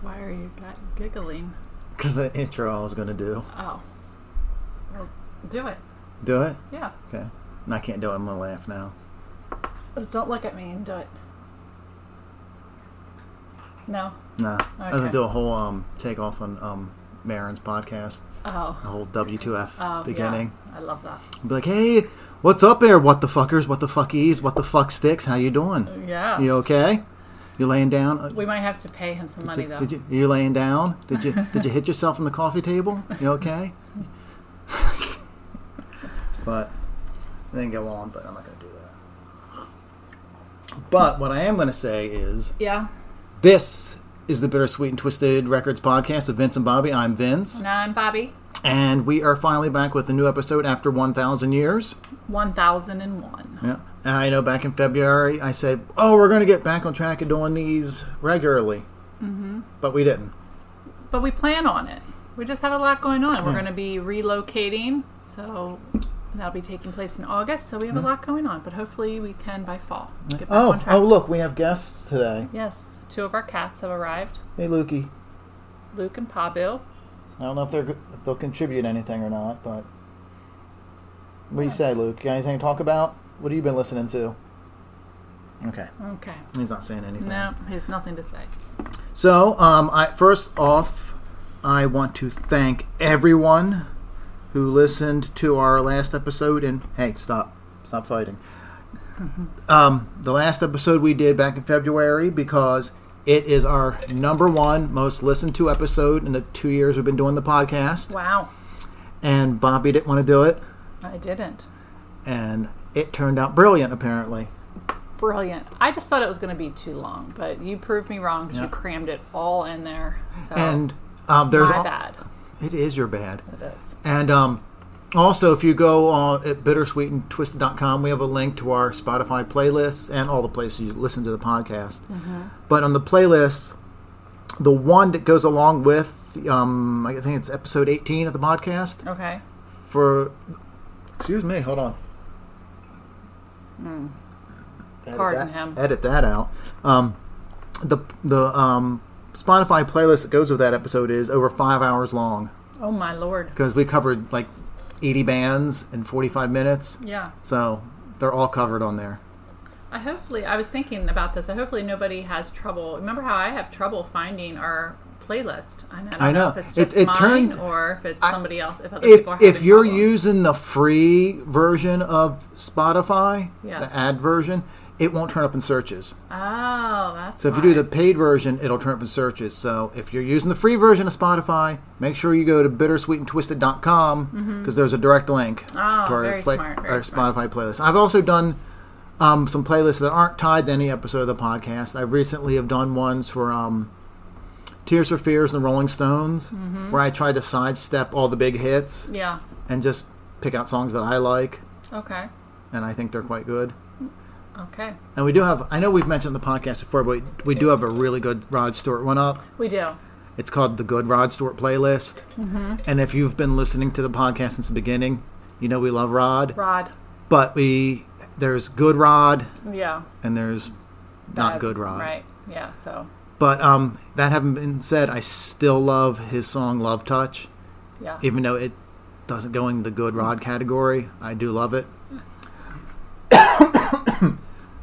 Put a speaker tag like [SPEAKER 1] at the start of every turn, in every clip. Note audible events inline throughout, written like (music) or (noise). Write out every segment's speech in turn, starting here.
[SPEAKER 1] Why are you got- giggling?
[SPEAKER 2] Because that intro I was going to do.
[SPEAKER 1] Oh. Well, do it.
[SPEAKER 2] Do it?
[SPEAKER 1] Yeah.
[SPEAKER 2] Okay. And I can't do it. I'm going to laugh now.
[SPEAKER 1] But Don't look at me and do it. No.
[SPEAKER 2] No. I was going
[SPEAKER 1] Okay.
[SPEAKER 2] to do a whole um, takeoff on um, Marin's podcast, the
[SPEAKER 1] Oh.
[SPEAKER 2] whole W2F
[SPEAKER 1] Oh,
[SPEAKER 2] beginning.
[SPEAKER 1] Yeah. I love that.
[SPEAKER 2] Be like, hey, what's up there, what the fuckers, what the fuckies, what the fuck sticks, how you doing?
[SPEAKER 1] Yeah.
[SPEAKER 2] You okay? You laying down? Uh,
[SPEAKER 1] We might have to pay him some money
[SPEAKER 2] did,
[SPEAKER 1] though.
[SPEAKER 2] did you, you laying down? Did you did you hit yourself on the coffee table? You okay? (laughs) but I didn't go on, but I'm not gonna do that. But what I am gonna say is
[SPEAKER 1] Yeah.
[SPEAKER 2] this is the Bittersweet and Twisted Records podcast of Vince and Bobby. I'm Vince,
[SPEAKER 1] Now I'm Bobby.
[SPEAKER 2] and we are finally back with a new episode after 1,000 years.
[SPEAKER 1] One thousand and one.
[SPEAKER 2] Yeah. And I know back in February I said, oh, we're going to get back on track and doing these regularly. Mm-hmm. But we didn't.
[SPEAKER 1] But we plan on it. We just have a lot going on. We're
[SPEAKER 2] Hmm.
[SPEAKER 1] going to be relocating, so that'll be taking place in August. So we have a lot going on, but hopefully we can by fall. Get back
[SPEAKER 2] Hmm. Oh,
[SPEAKER 1] on track.
[SPEAKER 2] oh, look, we have guests today.
[SPEAKER 1] Yes, two of our cats have arrived,
[SPEAKER 2] Hey, Lukey.
[SPEAKER 1] Luke and Pabu.
[SPEAKER 2] I don't know if, they're, if they'll contribute anything or not, but what do you say, Luke? Got anything to talk about? What have you been listening to? Okay,
[SPEAKER 1] Okay.
[SPEAKER 2] he's not saying anything.
[SPEAKER 1] No, he has nothing to say.
[SPEAKER 2] So, um, I, first off, I want to thank everyone who listened to our last episode. And hey, stop,
[SPEAKER 1] (laughs)
[SPEAKER 2] stop fighting. um, the last episode we did back in February because it is our number one most listened to episode in the two years we've been doing the podcast.
[SPEAKER 1] Wow.
[SPEAKER 2] And Bobby didn't want to do it,
[SPEAKER 1] I didn't.
[SPEAKER 2] and it turned out brilliant. Apparently,
[SPEAKER 1] Brilliant. I just thought it was going to be too long, but you proved me wrong 'cause
[SPEAKER 2] Yeah.
[SPEAKER 1] you crammed it all in there. So
[SPEAKER 2] and um, there's
[SPEAKER 1] Oh, my
[SPEAKER 2] al-
[SPEAKER 1] bad.
[SPEAKER 2] it is your bad.
[SPEAKER 1] It is.
[SPEAKER 2] And um, also, if you go on at bittersweetandtwisted.com, we have a link to our Spotify playlists and all the places you listen to the podcast.
[SPEAKER 1] Mm-hmm.
[SPEAKER 2] But on the playlist, the one that goes along with, um, I think it's episode 18 of the podcast
[SPEAKER 1] Okay.
[SPEAKER 2] for. Excuse me, hold on. Edit
[SPEAKER 1] Hmm. Pardon
[SPEAKER 2] that-
[SPEAKER 1] him.
[SPEAKER 2] Edit that out. Um, the the um, Spotify playlist that goes with that episode is over five hours long
[SPEAKER 1] Oh my lord.
[SPEAKER 2] because we covered like 80 bands in 45 minutes.
[SPEAKER 1] Yeah.
[SPEAKER 2] So they're all covered on there.
[SPEAKER 1] I hopefully I was thinking about this. I hopefully nobody has trouble. Remember how I have trouble finding our playlist? I don't
[SPEAKER 2] I know.
[SPEAKER 1] if it's
[SPEAKER 2] It-
[SPEAKER 1] just
[SPEAKER 2] it
[SPEAKER 1] mine
[SPEAKER 2] turns-
[SPEAKER 1] or if it's somebody else. If other
[SPEAKER 2] If,
[SPEAKER 1] people are
[SPEAKER 2] if
[SPEAKER 1] having
[SPEAKER 2] you're
[SPEAKER 1] problems.
[SPEAKER 2] using the free version of Spotify,
[SPEAKER 1] Yeah.
[SPEAKER 2] the ad version, it won't turn up in searches.
[SPEAKER 1] oh, that's
[SPEAKER 2] So if you do the paid version, it'll turn up in searches. So if you're using the free version of Spotify, make sure you go to bittersweetandtwisted.com because there's a direct link to our,
[SPEAKER 1] Mm-hmm. Oh, very smart, very
[SPEAKER 2] our
[SPEAKER 1] smart.
[SPEAKER 2] Spotify playlist. I've also done um, some playlists that aren't tied to any episode of the podcast. I recently have done ones for um, Tears for Fears and the Rolling Stones,
[SPEAKER 1] Mm-hmm.
[SPEAKER 2] where I tried to sidestep all the big hits
[SPEAKER 1] yeah.
[SPEAKER 2] and just pick out songs that I like
[SPEAKER 1] Okay.
[SPEAKER 2] and I think they're quite good.
[SPEAKER 1] Okay.
[SPEAKER 2] And we do have, I know we've mentioned the podcast before, but we do have a really good Rod Stewart one up.
[SPEAKER 1] We do.
[SPEAKER 2] It's called the Good Rod Stewart Playlist. And if you've been listening to the podcast since the beginning, you know we love Rod.
[SPEAKER 1] Rod.
[SPEAKER 2] But we, there's good Rod
[SPEAKER 1] Yeah.
[SPEAKER 2] and there's not
[SPEAKER 1] Bad.
[SPEAKER 2] good Rod.
[SPEAKER 1] Right. Yeah. So.
[SPEAKER 2] But um, that having been said, I still love his song Love Touch,
[SPEAKER 1] Yeah.
[SPEAKER 2] even though it doesn't go in the good Rod category. I do love it. (coughs)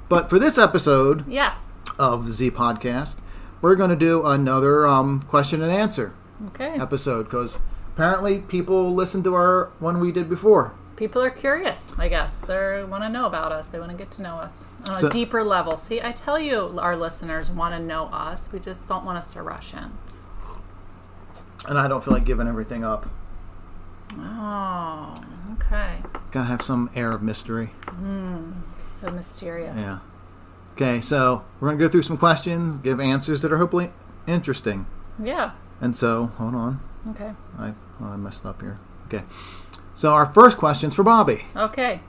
[SPEAKER 2] but for this episode,
[SPEAKER 1] yeah.
[SPEAKER 2] of Z Podcast, we're going to do another um, question and answer
[SPEAKER 1] Okay.
[SPEAKER 2] episode because apparently people listened to our one we did before.
[SPEAKER 1] People are curious, I guess. They want to know about us. They want to get to know us on a
[SPEAKER 2] So-
[SPEAKER 1] deeper level. See, I tell you, our listeners want to know us. We just don't want us to rush in.
[SPEAKER 2] And I don't feel like giving everything up.
[SPEAKER 1] Oh, okay.
[SPEAKER 2] Gotta have some air of mystery.
[SPEAKER 1] So mysterious.
[SPEAKER 2] Yeah. Okay, so we're going to go through some questions, give answers that are hopefully interesting.
[SPEAKER 1] Yeah.
[SPEAKER 2] And so, hold on.
[SPEAKER 1] Okay.
[SPEAKER 2] I, oh, I messed up here. Okay. So, our first question's for Bobby.
[SPEAKER 1] Okay.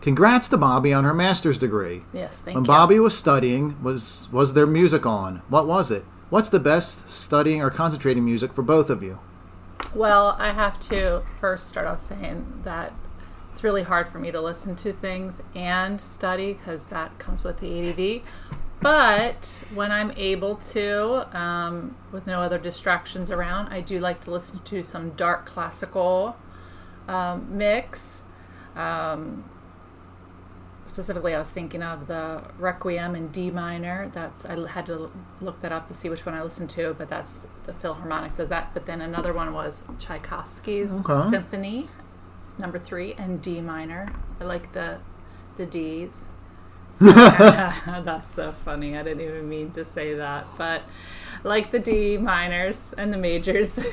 [SPEAKER 2] Congrats to Bobby on her master's degree.
[SPEAKER 1] Yes. Thank
[SPEAKER 2] When
[SPEAKER 1] you.
[SPEAKER 2] Bobby was studying, was was there music on? What was it? What's the best studying or concentrating music for both of you?
[SPEAKER 1] Well, I have to first start off saying that it's really hard for me to listen to things and study because that comes with the ADD. but when I'm able to, um, with no other distractions around, I do like to listen to some dark classical um, mix. Um, specifically, I was thinking of the Requiem in D minor. That's I had to look that up to see which one I listened to, but that's the Philharmonic does that. But then another one was Tchaikovsky's
[SPEAKER 2] Okay.
[SPEAKER 1] Symphony Number Three in D minor. I like the the D's. That's so funny. I didn't even mean to say that, but like the D minors and the majors. (laughs)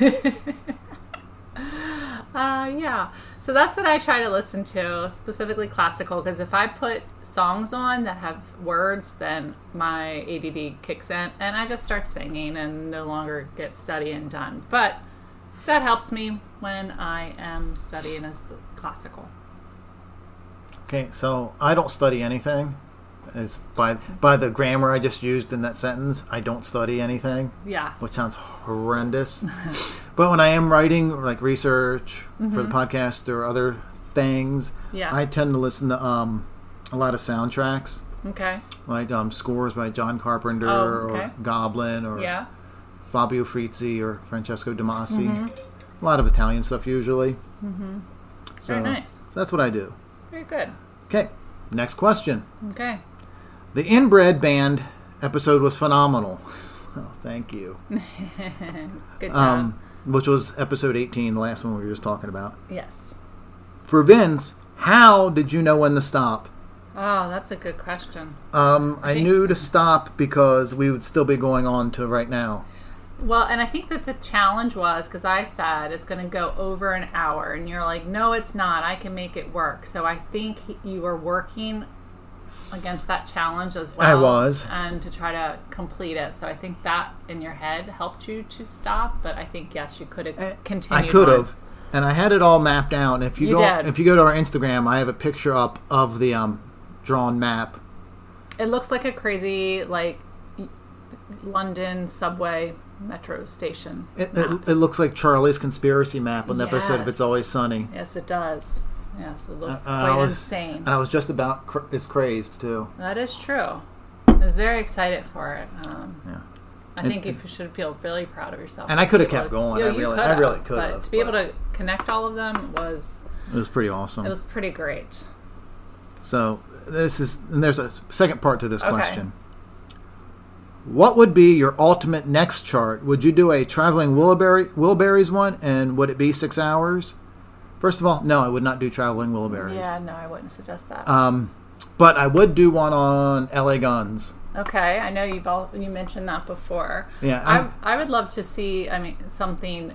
[SPEAKER 1] Uh, yeah. So that's what I try to listen to, specifically classical, because if I put songs on that have words, then my ADD kicks in and I just start singing and no longer get studying done. But that helps me when I am studying as the classical.
[SPEAKER 2] Okay, so I don't study anything. Is by by the grammar I just used in that sentence, I don't study anything,
[SPEAKER 1] Yeah.
[SPEAKER 2] which
[SPEAKER 1] (laughs)
[SPEAKER 2] sounds horrendous. but when I am writing or like research for the podcast or other things,
[SPEAKER 1] Mm-hmm. Yeah.
[SPEAKER 2] I tend to listen to um, a lot of soundtracks,
[SPEAKER 1] Okay.
[SPEAKER 2] like um, scores by John Carpenter
[SPEAKER 1] Oh, okay.
[SPEAKER 2] or Goblin or
[SPEAKER 1] Yeah.
[SPEAKER 2] Fabio Frizzi or Francesco De Masi. A lot of Italian stuff usually. Mm-hmm. So,
[SPEAKER 1] Mm-hmm. Very nice.
[SPEAKER 2] so that's what I do.
[SPEAKER 1] Very good.
[SPEAKER 2] Okay, next question.
[SPEAKER 1] Okay.
[SPEAKER 2] The Inbred Band episode was phenomenal. Oh,
[SPEAKER 1] (laughs)
[SPEAKER 2] thank you.
[SPEAKER 1] Good job.
[SPEAKER 2] Um, which was episode 18, the last one we were just talking about.
[SPEAKER 1] yes.
[SPEAKER 2] For Vince, how did you know when to stop?
[SPEAKER 1] Oh, that's a good question.
[SPEAKER 2] Um, I
[SPEAKER 1] think-
[SPEAKER 2] knew to stop because we would still be going on to right now.
[SPEAKER 1] Well, and I think that the challenge was because I said it's going to go over an hour, and you're like, no, it's not. I can make it work. So I think he- you were working against that challenge as well.
[SPEAKER 2] I was.
[SPEAKER 1] And to try to complete it. So I think that in your head helped you to stop. But I think, yes, you could have continued.
[SPEAKER 2] Eh, I could
[SPEAKER 1] on.
[SPEAKER 2] have, and I had it all mapped out. And if you,
[SPEAKER 1] You
[SPEAKER 2] go,
[SPEAKER 1] did.
[SPEAKER 2] if you go to our Instagram, I have a picture up of the um, drawn map.
[SPEAKER 1] It looks like a crazy, like, y- London subway metro station.
[SPEAKER 2] It, it, it looks like Charlie's conspiracy map on the episode
[SPEAKER 1] Ah.
[SPEAKER 2] of
[SPEAKER 1] Yes.
[SPEAKER 2] It's Always Sunny.
[SPEAKER 1] Yes, it does. Yes, it looks
[SPEAKER 2] And
[SPEAKER 1] quite
[SPEAKER 2] Uh, I was,
[SPEAKER 1] insane.
[SPEAKER 2] And I was just about cr- as crazed too.
[SPEAKER 1] That is true. I was very excited for it. Um,
[SPEAKER 2] Yeah.
[SPEAKER 1] I
[SPEAKER 2] And-
[SPEAKER 1] think you should feel really proud of yourself.
[SPEAKER 2] And I could have
[SPEAKER 1] To be able
[SPEAKER 2] kept
[SPEAKER 1] to-
[SPEAKER 2] going.
[SPEAKER 1] Yeah,
[SPEAKER 2] I
[SPEAKER 1] you
[SPEAKER 2] really-
[SPEAKER 1] could
[SPEAKER 2] I
[SPEAKER 1] have,
[SPEAKER 2] really could
[SPEAKER 1] But
[SPEAKER 2] have,
[SPEAKER 1] to be able
[SPEAKER 2] but-
[SPEAKER 1] to connect all of them was
[SPEAKER 2] It was pretty awesome.
[SPEAKER 1] it was pretty great.
[SPEAKER 2] so this is and there's a second part to this
[SPEAKER 1] Okay.
[SPEAKER 2] question. What would be your ultimate next chart? Would you do a traveling Willowberry Willowberries one and would it be six hours? First of all, no, I would not do traveling Willowberries.
[SPEAKER 1] Yeah, no, I wouldn't suggest that.
[SPEAKER 2] Um but I would do one on LA Guns.
[SPEAKER 1] okay, I know you've all you mentioned that before.
[SPEAKER 2] Yeah,
[SPEAKER 1] I I would love to see. I mean, something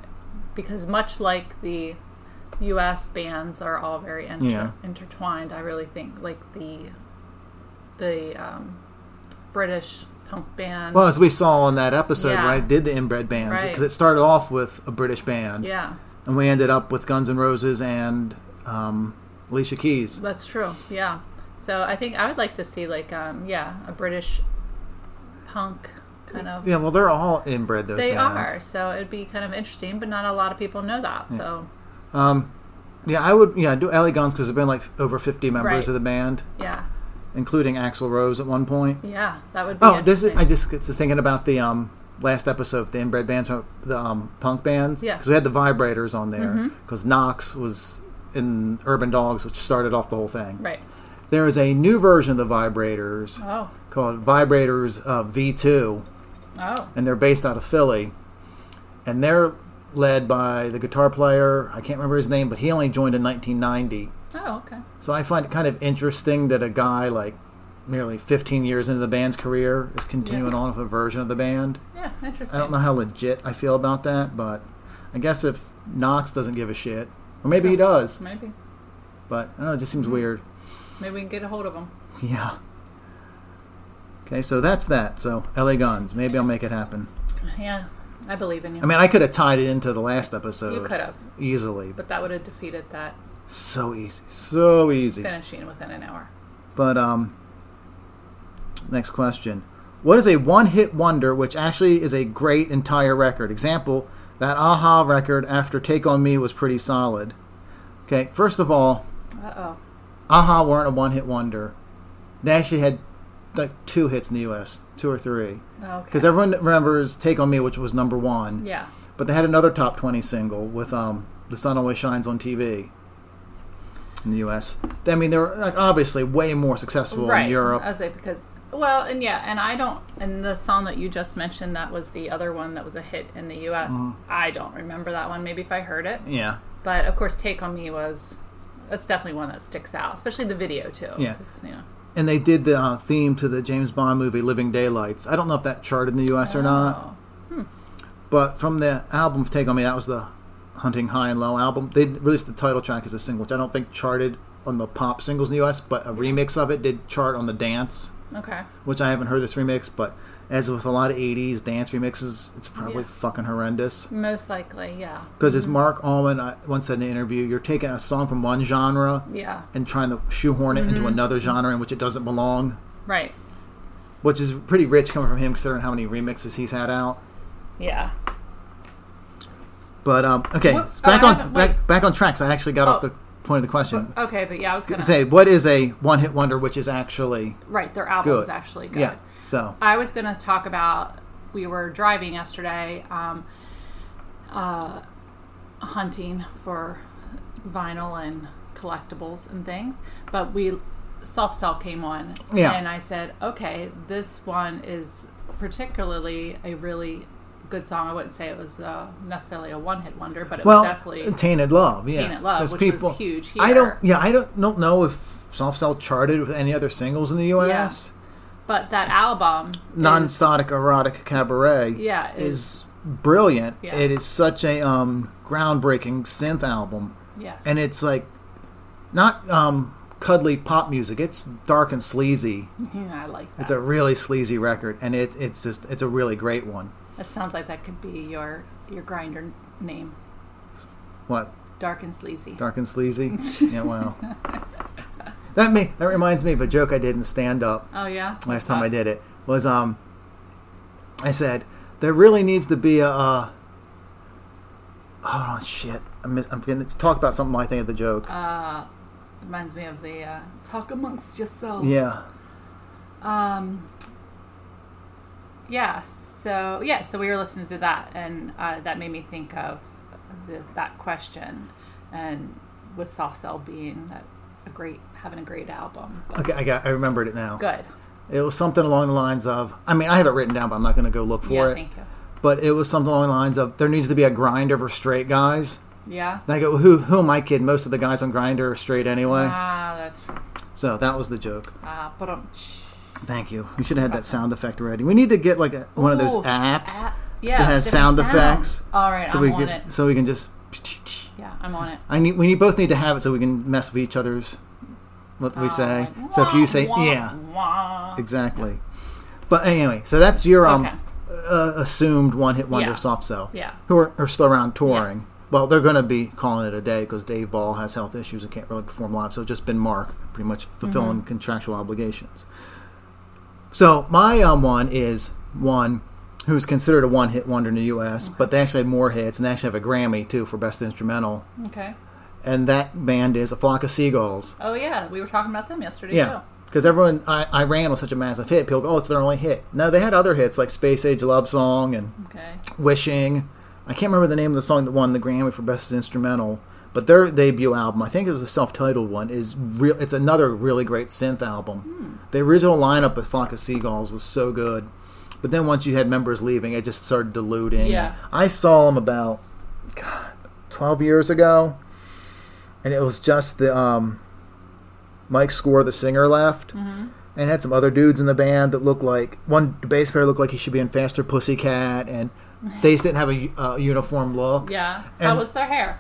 [SPEAKER 1] because much like the U.S. bands are all very inter-
[SPEAKER 2] Yeah.
[SPEAKER 1] intertwined. I really think like the the um, British punk band.
[SPEAKER 2] Well, as we saw on that episode
[SPEAKER 1] Yeah.
[SPEAKER 2] where I did the inbred bands,
[SPEAKER 1] Right.
[SPEAKER 2] because it started off with a British band.
[SPEAKER 1] yeah.
[SPEAKER 2] and we ended up with Guns N' Roses and um, Alicia Keys.
[SPEAKER 1] That's true. Yeah. So I think I would like to see like um yeah a British punk kind of.
[SPEAKER 2] Yeah, well, they're all inbred. Those
[SPEAKER 1] They
[SPEAKER 2] bands.
[SPEAKER 1] are. So it'd be kind of interesting, but not a lot of people know that.
[SPEAKER 2] Hmm.
[SPEAKER 1] So
[SPEAKER 2] Yeah, I would. Yeah, do LA Guns because there've been like over fifty members
[SPEAKER 1] Right.
[SPEAKER 2] of the band,
[SPEAKER 1] yeah,
[SPEAKER 2] including Axl Rose at one point.
[SPEAKER 1] yeah, that would be.
[SPEAKER 2] Oh, this is.
[SPEAKER 1] interesting.
[SPEAKER 2] I just was thinking about the um last episode, the inbred bands, the um punk bands.
[SPEAKER 1] Yeah. Mm-hmm.
[SPEAKER 2] because we had the Vibrators on there because Knox was in Urban Dogs, which started off the whole thing.
[SPEAKER 1] right.
[SPEAKER 2] There is a new version of the Vibrators
[SPEAKER 1] Oh,
[SPEAKER 2] called Vibrators uh, V two.
[SPEAKER 1] oh,
[SPEAKER 2] and they're based out of Philly. And they're led by the guitar player, I can't remember his name, but he only joined in 1990.
[SPEAKER 1] oh, okay.
[SPEAKER 2] So I find it kind of interesting that a guy like nearly 15 years into the band's career is continuing
[SPEAKER 1] Yeah.
[SPEAKER 2] on with a version of the band.
[SPEAKER 1] Yeah,
[SPEAKER 2] I
[SPEAKER 1] interesting.
[SPEAKER 2] don't know how legit I feel about that, but I guess if Knox doesn't give a shit, or maybe he does,
[SPEAKER 1] Maybe,
[SPEAKER 2] but I don't know, it just seems
[SPEAKER 1] Mm-hmm.
[SPEAKER 2] weird. (laughs)
[SPEAKER 1] maybe we can get a hold of them.
[SPEAKER 2] Yeah. Okay, so that's that. So LA Guns, maybe I'll make it happen.
[SPEAKER 1] Yeah, I believe in you.
[SPEAKER 2] I mean, uh, I could have tied it into the last episode.
[SPEAKER 1] you could have,
[SPEAKER 2] easily.
[SPEAKER 1] but that would have defeated that
[SPEAKER 2] So easy, so easy.
[SPEAKER 1] finishing within an hour.
[SPEAKER 2] But um, next question: What is a one-hit wonder which actually is a great entire record? Example: That Aha record after Take on Me was pretty solid. Okay, first of all,
[SPEAKER 1] Uh oh.
[SPEAKER 2] Aha weren't a one-hit wonder. They actually had like two hits in the U.S., two or three,
[SPEAKER 1] Oh, Okay.
[SPEAKER 2] because everyone remembers "Take on Me," which was number one.
[SPEAKER 1] yeah.
[SPEAKER 2] But they had another top twenty single with um, "The Sun Always Shines on TV." In the U.S., I mean, they were like, obviously way more successful
[SPEAKER 1] right.
[SPEAKER 2] in Europe.
[SPEAKER 1] I was like because well, and yeah, and I don't. And the song that you just mentioned that was the other one that was a hit in the U.S.
[SPEAKER 2] Mm-hmm.
[SPEAKER 1] I don't remember that one. Maybe if I heard it,
[SPEAKER 2] yeah,
[SPEAKER 1] but of course, "Take on Me" was that's definitely one that sticks out, especially the video too.
[SPEAKER 2] Yeah.
[SPEAKER 1] 'cause, you know.
[SPEAKER 2] and they did the uh, theme to the James Bond movie "Living Daylights." I don't know if that charted in the U.S. or not.
[SPEAKER 1] Oh.
[SPEAKER 2] But from the album Take On Me, that was the Hunting High and Low album. They released the title track as a single, which I don't think charted on the pop singles in the US, but a remix of it did chart on the dance,
[SPEAKER 1] Okay.
[SPEAKER 2] which I haven't heard this remix, but as with a lot of 80s dance remixes, it's probably
[SPEAKER 1] Yeah.
[SPEAKER 2] fucking horrendous.
[SPEAKER 1] Most likely, yeah.
[SPEAKER 2] Because as Mark Allman uh, once said in an interview, you're taking a song from one genre
[SPEAKER 1] Yeah. Mm-hmm.
[SPEAKER 2] and trying to shoehorn it into another genre in which it doesn't belong,
[SPEAKER 1] Right.
[SPEAKER 2] which is pretty rich coming from him considering how many remixes he's had out.
[SPEAKER 1] Yeah.
[SPEAKER 2] But um, okay,
[SPEAKER 1] What- oh,
[SPEAKER 2] back
[SPEAKER 1] I
[SPEAKER 2] on
[SPEAKER 1] haven't-
[SPEAKER 2] back, back on tracks. I actually got off
[SPEAKER 1] Oh.
[SPEAKER 2] the point of the question.
[SPEAKER 1] Okay, but yeah, I was gonna
[SPEAKER 2] Say, what is a one-hit wonder, which is actually
[SPEAKER 1] right. Their album is
[SPEAKER 2] Good.
[SPEAKER 1] actually good.
[SPEAKER 2] yeah. So
[SPEAKER 1] I was going to talk about. We were driving yesterday, um, uh, hunting for vinyl and collectibles and things. But we soft cell came on,
[SPEAKER 2] Yeah.
[SPEAKER 1] and I said, "Okay, this one is particularly a really good song." I wouldn't say it was uh, necessarily a one-hit wonder, but it
[SPEAKER 2] well,
[SPEAKER 1] was definitely
[SPEAKER 2] tainted love. Yeah,
[SPEAKER 1] Tainted Love,
[SPEAKER 2] 'Cause
[SPEAKER 1] which was huge
[SPEAKER 2] I
[SPEAKER 1] here.
[SPEAKER 2] don't. Yeah, I don't don't know if Soft Cell charted with any other singles in the U.S.
[SPEAKER 1] But that album, is-
[SPEAKER 2] Non-static erotic cabaret.
[SPEAKER 1] Yeah, is-
[SPEAKER 2] is brilliant.
[SPEAKER 1] Yeah.
[SPEAKER 2] It is such a um, groundbreaking synth album,
[SPEAKER 1] yes,
[SPEAKER 2] and it's like not um, cuddly pop music. It's dark and sleazy.
[SPEAKER 1] yeah, (laughs) I like that.
[SPEAKER 2] It's a really sleazy record, and it, it's just it's a really great one.
[SPEAKER 1] That sounds like that could be your your grinder name,
[SPEAKER 2] What
[SPEAKER 1] Dark and Sleazy.
[SPEAKER 2] dark
[SPEAKER 1] (laughs)
[SPEAKER 2] and sleazy? yeah, wow. That may that reminds me of a joke I did in stand up
[SPEAKER 1] Oh yeah.
[SPEAKER 2] last time I did it was um I said there really needs to be a uh, hold on shit I'm I'm going to talk about something I think of the joke
[SPEAKER 1] Uh, reminds me of the uh, talk amongst yourselves.
[SPEAKER 2] yeah
[SPEAKER 1] Um. Yeah. So yeah. So we were listening to that, and uh, that made me think of the, that question, and with Soft Cell being that a great having a great album. But
[SPEAKER 2] okay I got I remembered it now
[SPEAKER 1] Good.
[SPEAKER 2] it was something along the lines of I mean I have it written down but I'm not going to go look for
[SPEAKER 1] yeah.
[SPEAKER 2] it
[SPEAKER 1] Thank you.
[SPEAKER 2] but it was something along the lines of there needs to be a grinder for straight guys.
[SPEAKER 1] Yeah.
[SPEAKER 2] And I go, who who am I kidding? Most of the guys on Grinder are straight anyway.
[SPEAKER 1] Ah, that's true.
[SPEAKER 2] So that was the joke.
[SPEAKER 1] Ah, but um.
[SPEAKER 2] Thank you. We should have had that sound effect ready. We need to get like a, one of those
[SPEAKER 1] Ooh,
[SPEAKER 2] apps
[SPEAKER 1] app- yeah,
[SPEAKER 2] that has
[SPEAKER 1] different
[SPEAKER 2] sound effects.
[SPEAKER 1] sounds. All right,
[SPEAKER 2] so
[SPEAKER 1] I'm
[SPEAKER 2] we
[SPEAKER 1] on
[SPEAKER 2] can
[SPEAKER 1] it.
[SPEAKER 2] so we can just.
[SPEAKER 1] Yeah, I'm on it.
[SPEAKER 2] I need we need, both need to have it so we can mess with each other's what we say.
[SPEAKER 1] Like,
[SPEAKER 2] So if
[SPEAKER 1] wah,
[SPEAKER 2] you say
[SPEAKER 1] wah,
[SPEAKER 2] yeah,
[SPEAKER 1] wah.
[SPEAKER 2] exactly. But anyway, so that's your um
[SPEAKER 1] Okay.
[SPEAKER 2] uh, assumed one hit wonder
[SPEAKER 1] Yeah.
[SPEAKER 2] soft cell.
[SPEAKER 1] Yeah.
[SPEAKER 2] Who are, are still around touring. Well, they're going to be calling it a day because Dave Ball has health issues and can't really perform live. So it's just been Mark pretty much fulfilling contractual obligations. So my um, one is one who's considered a one hit wonder in the U.S., but they actually had more hits and they actually have a Grammy too for Best Instrumental.
[SPEAKER 1] Okay.
[SPEAKER 2] And that band is A Flock of Seagulls.
[SPEAKER 1] Oh yeah, we were talking about them yesterday
[SPEAKER 2] Yeah. Because everyone, I, I ran with such a massive hit. People go, oh, it's their only hit. No, they had other hits like Space Age Love Song and
[SPEAKER 1] too. Okay.
[SPEAKER 2] Wishing. I can't remember the name of the song that won the Grammy for Best Instrumental, but their debut album, I think it was a self-titled one, is real. It's another really great synth album. The original lineup of Flock of Seagulls was so good, but then once you had members leaving, it just started diluting.
[SPEAKER 1] Yeah.
[SPEAKER 2] I saw them about God, twelve years ago, and it was just the um, Mike Score, the singer, left.
[SPEAKER 1] Mm-hmm.
[SPEAKER 2] And had some other dudes in the band that looked like one bass player looked like he should be in Faster Pussycat, and they just didn't have a uh, uniform look.
[SPEAKER 1] Yeah. How
[SPEAKER 2] And-
[SPEAKER 1] was their hair?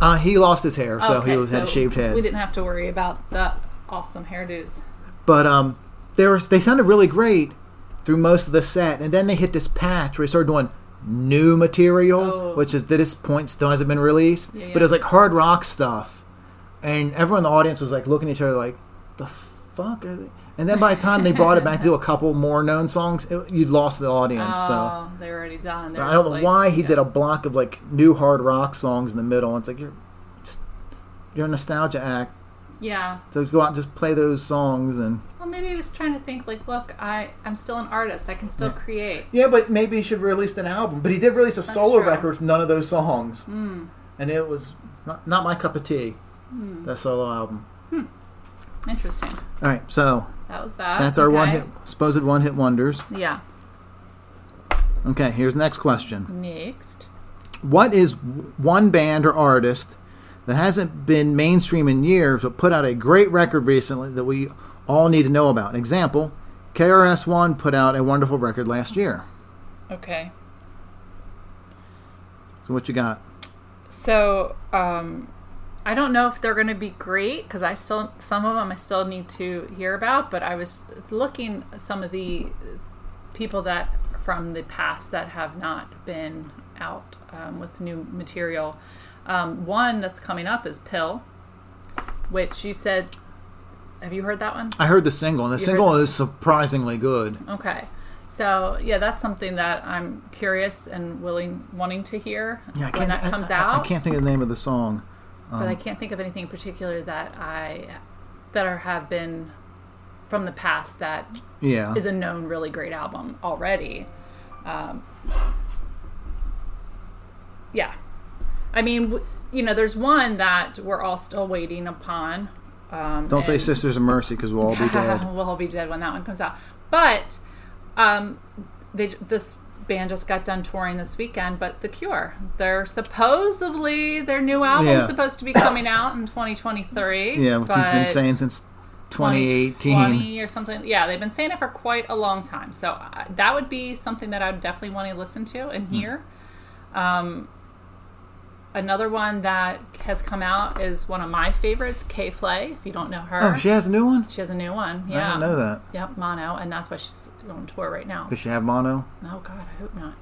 [SPEAKER 2] Uh, he lost his hair, so
[SPEAKER 1] okay,
[SPEAKER 2] he had a shaved head.
[SPEAKER 1] We didn't have to worry about the awesome hairdos.
[SPEAKER 2] But um, they were they sounded really great through most of the set, and then they hit this patch where they started doing new material,
[SPEAKER 1] Oh.
[SPEAKER 2] which is at this point still hasn't been released.
[SPEAKER 1] Yeah,
[SPEAKER 2] But
[SPEAKER 1] yeah.
[SPEAKER 2] it was like hard rock stuff, and everyone in the audience was like looking at each other like, "The fuck?" Are they? And then by the time they brought it
[SPEAKER 1] (laughs)
[SPEAKER 2] back to a couple more known songs, it, you'd lost the audience. so
[SPEAKER 1] Oh, they were already done. They were
[SPEAKER 2] I don't
[SPEAKER 1] just
[SPEAKER 2] know
[SPEAKER 1] like,
[SPEAKER 2] why he
[SPEAKER 1] yeah.
[SPEAKER 2] did a block of like new hard rock songs in the middle. And it's like you're just, you're a nostalgia act.
[SPEAKER 1] Yeah.
[SPEAKER 2] So go out and just play those songs and
[SPEAKER 1] Well, maybe he was trying to think like, look, I I'm still an artist. I can still create.
[SPEAKER 2] yeah, but maybe he should release an album. But he did release a solo
[SPEAKER 1] true. Hmm.
[SPEAKER 2] record with none of those songs, and it was not, not my cup of tea. That solo album.
[SPEAKER 1] Interesting.
[SPEAKER 2] All right, so
[SPEAKER 1] That was that.
[SPEAKER 2] that's our one
[SPEAKER 1] Okay.
[SPEAKER 2] hit supposed one hit wonders.
[SPEAKER 1] Yeah.
[SPEAKER 2] Okay, here's the next question.
[SPEAKER 1] Next.
[SPEAKER 2] What is w- one band or artist that hasn't been mainstream in years but put out a great record recently that we all need to know about? Example, KRS-One put out a wonderful record last year.
[SPEAKER 1] Okay.
[SPEAKER 2] So what you got?
[SPEAKER 1] So, um, I don't know if they're going to be great because I still some of them I still need to hear about. But I was looking at some of the people that from the past that have not been out um, with new material. Um, one that's coming up is Pill, which you said. Have you heard that one?
[SPEAKER 2] I heard the single, and the
[SPEAKER 1] heard
[SPEAKER 2] single is surprisingly good.
[SPEAKER 1] Okay. So yeah, that's something that I'm curious and willing, wanting to hear
[SPEAKER 2] Yeah, I
[SPEAKER 1] when
[SPEAKER 2] can't-
[SPEAKER 1] that
[SPEAKER 2] I-
[SPEAKER 1] comes
[SPEAKER 2] I-
[SPEAKER 1] out.
[SPEAKER 2] I can't think of the name of the song.
[SPEAKER 1] but I can't think of anything in particular that I that are, have been from the past that
[SPEAKER 2] Yeah,
[SPEAKER 1] is a known really great album already. Um, yeah, I mean, w- you know, there's one that we're all still waiting upon. Um,
[SPEAKER 2] don't say
[SPEAKER 1] and-
[SPEAKER 2] "Sisters of Mercy" because we'll all be
[SPEAKER 1] (laughs)
[SPEAKER 2] dead.
[SPEAKER 1] we'll all be dead when that one comes out. But um, they this band just got done touring this weekend. But The Cure, they're supposedly their new album's
[SPEAKER 2] Yeah.
[SPEAKER 1] supposed to be coming out in 2023.
[SPEAKER 2] Yeah, which he's been
[SPEAKER 1] but
[SPEAKER 2] saying since 2018.
[SPEAKER 1] 2020 or something. Yeah, they've been saying it for quite a long time. So uh, that would be something that I would definitely want to listen to
[SPEAKER 2] Hmm.
[SPEAKER 1] and hear. Um, another one that has come out is one of my favorites, Kay Flay. If you don't know her,
[SPEAKER 2] Oh, she has a new one.
[SPEAKER 1] she has a new one.
[SPEAKER 2] I
[SPEAKER 1] Yeah.
[SPEAKER 2] didn't know that.
[SPEAKER 1] Yep, mono, and that's why she's on tour right now.
[SPEAKER 2] Does she have mono?
[SPEAKER 1] Oh God, I hope not.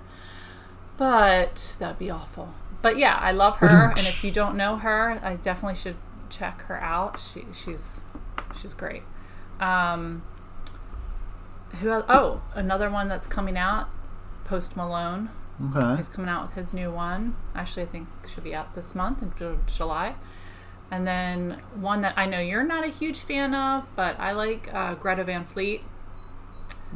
[SPEAKER 1] But that'd be awful. But yeah, I love her, and if you don't know her, I definitely should check her out. She she's she's great. Um, who else? Oh, another one that's coming out, Post Malone.
[SPEAKER 2] Okay.
[SPEAKER 1] He's coming out with his new one. Actually, I think it should be out this month in Ju- July. And then one that I know you're not a huge fan of, but I like uh, Greta Van Fleet.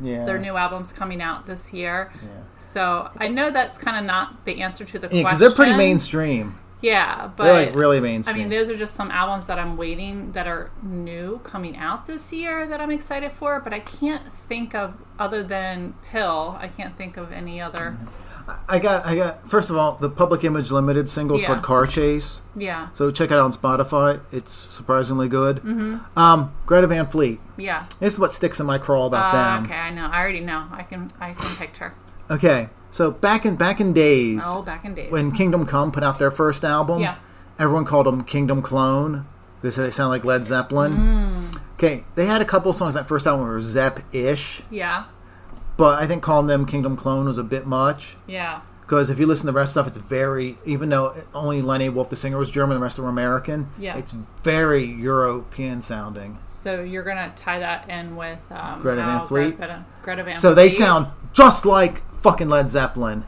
[SPEAKER 2] Yeah.
[SPEAKER 1] Their new album's coming out this year.
[SPEAKER 2] Yeah,
[SPEAKER 1] So I know that's kind of not the answer to the question.
[SPEAKER 2] because they're pretty mainstream.
[SPEAKER 1] Yeah, but
[SPEAKER 2] They're like really
[SPEAKER 1] I
[SPEAKER 2] mainstream.
[SPEAKER 1] mean, those are just some albums that I'm waiting that are new coming out this year that I'm excited for. But I can't think of other than Pill. I can't think of any other.
[SPEAKER 2] Mm-hmm. I got, I got. First of all, the Public Image Limited singles
[SPEAKER 1] Yeah.
[SPEAKER 2] called "Car Chase,"
[SPEAKER 1] Yeah,
[SPEAKER 2] so check it out on Spotify. It's surprisingly good.
[SPEAKER 1] Mm-hmm.
[SPEAKER 2] Um, Greta Van Fleet.
[SPEAKER 1] yeah.
[SPEAKER 2] This is what sticks in my craw
[SPEAKER 1] Uh,
[SPEAKER 2] about them.
[SPEAKER 1] okay, I know. I already know. I can I can picture.
[SPEAKER 2] Okay, so back in back in days
[SPEAKER 1] Oh, back in days.
[SPEAKER 2] when Kingdom Come put out their first album,
[SPEAKER 1] Yeah.
[SPEAKER 2] everyone called them Kingdom Clone. They said they sound like Led Zeppelin.
[SPEAKER 1] Mm.
[SPEAKER 2] Okay, they had a couple songs that first album were Zep-ish,
[SPEAKER 1] yeah,
[SPEAKER 2] but I think calling them Kingdom Clone was a bit much
[SPEAKER 1] yeah,
[SPEAKER 2] because if you listen to the rest of stuff, it's very even though only Lenny Wolf the singer was German, the rest of them were American.
[SPEAKER 1] Yeah.
[SPEAKER 2] it's very European sounding.
[SPEAKER 1] so you're gonna tie that in with um,
[SPEAKER 2] Greta Van
[SPEAKER 1] how
[SPEAKER 2] Fleet?
[SPEAKER 1] Greta, Greta Van.
[SPEAKER 2] So they
[SPEAKER 1] Fleet-
[SPEAKER 2] sound just like fucking Led Zeppelin.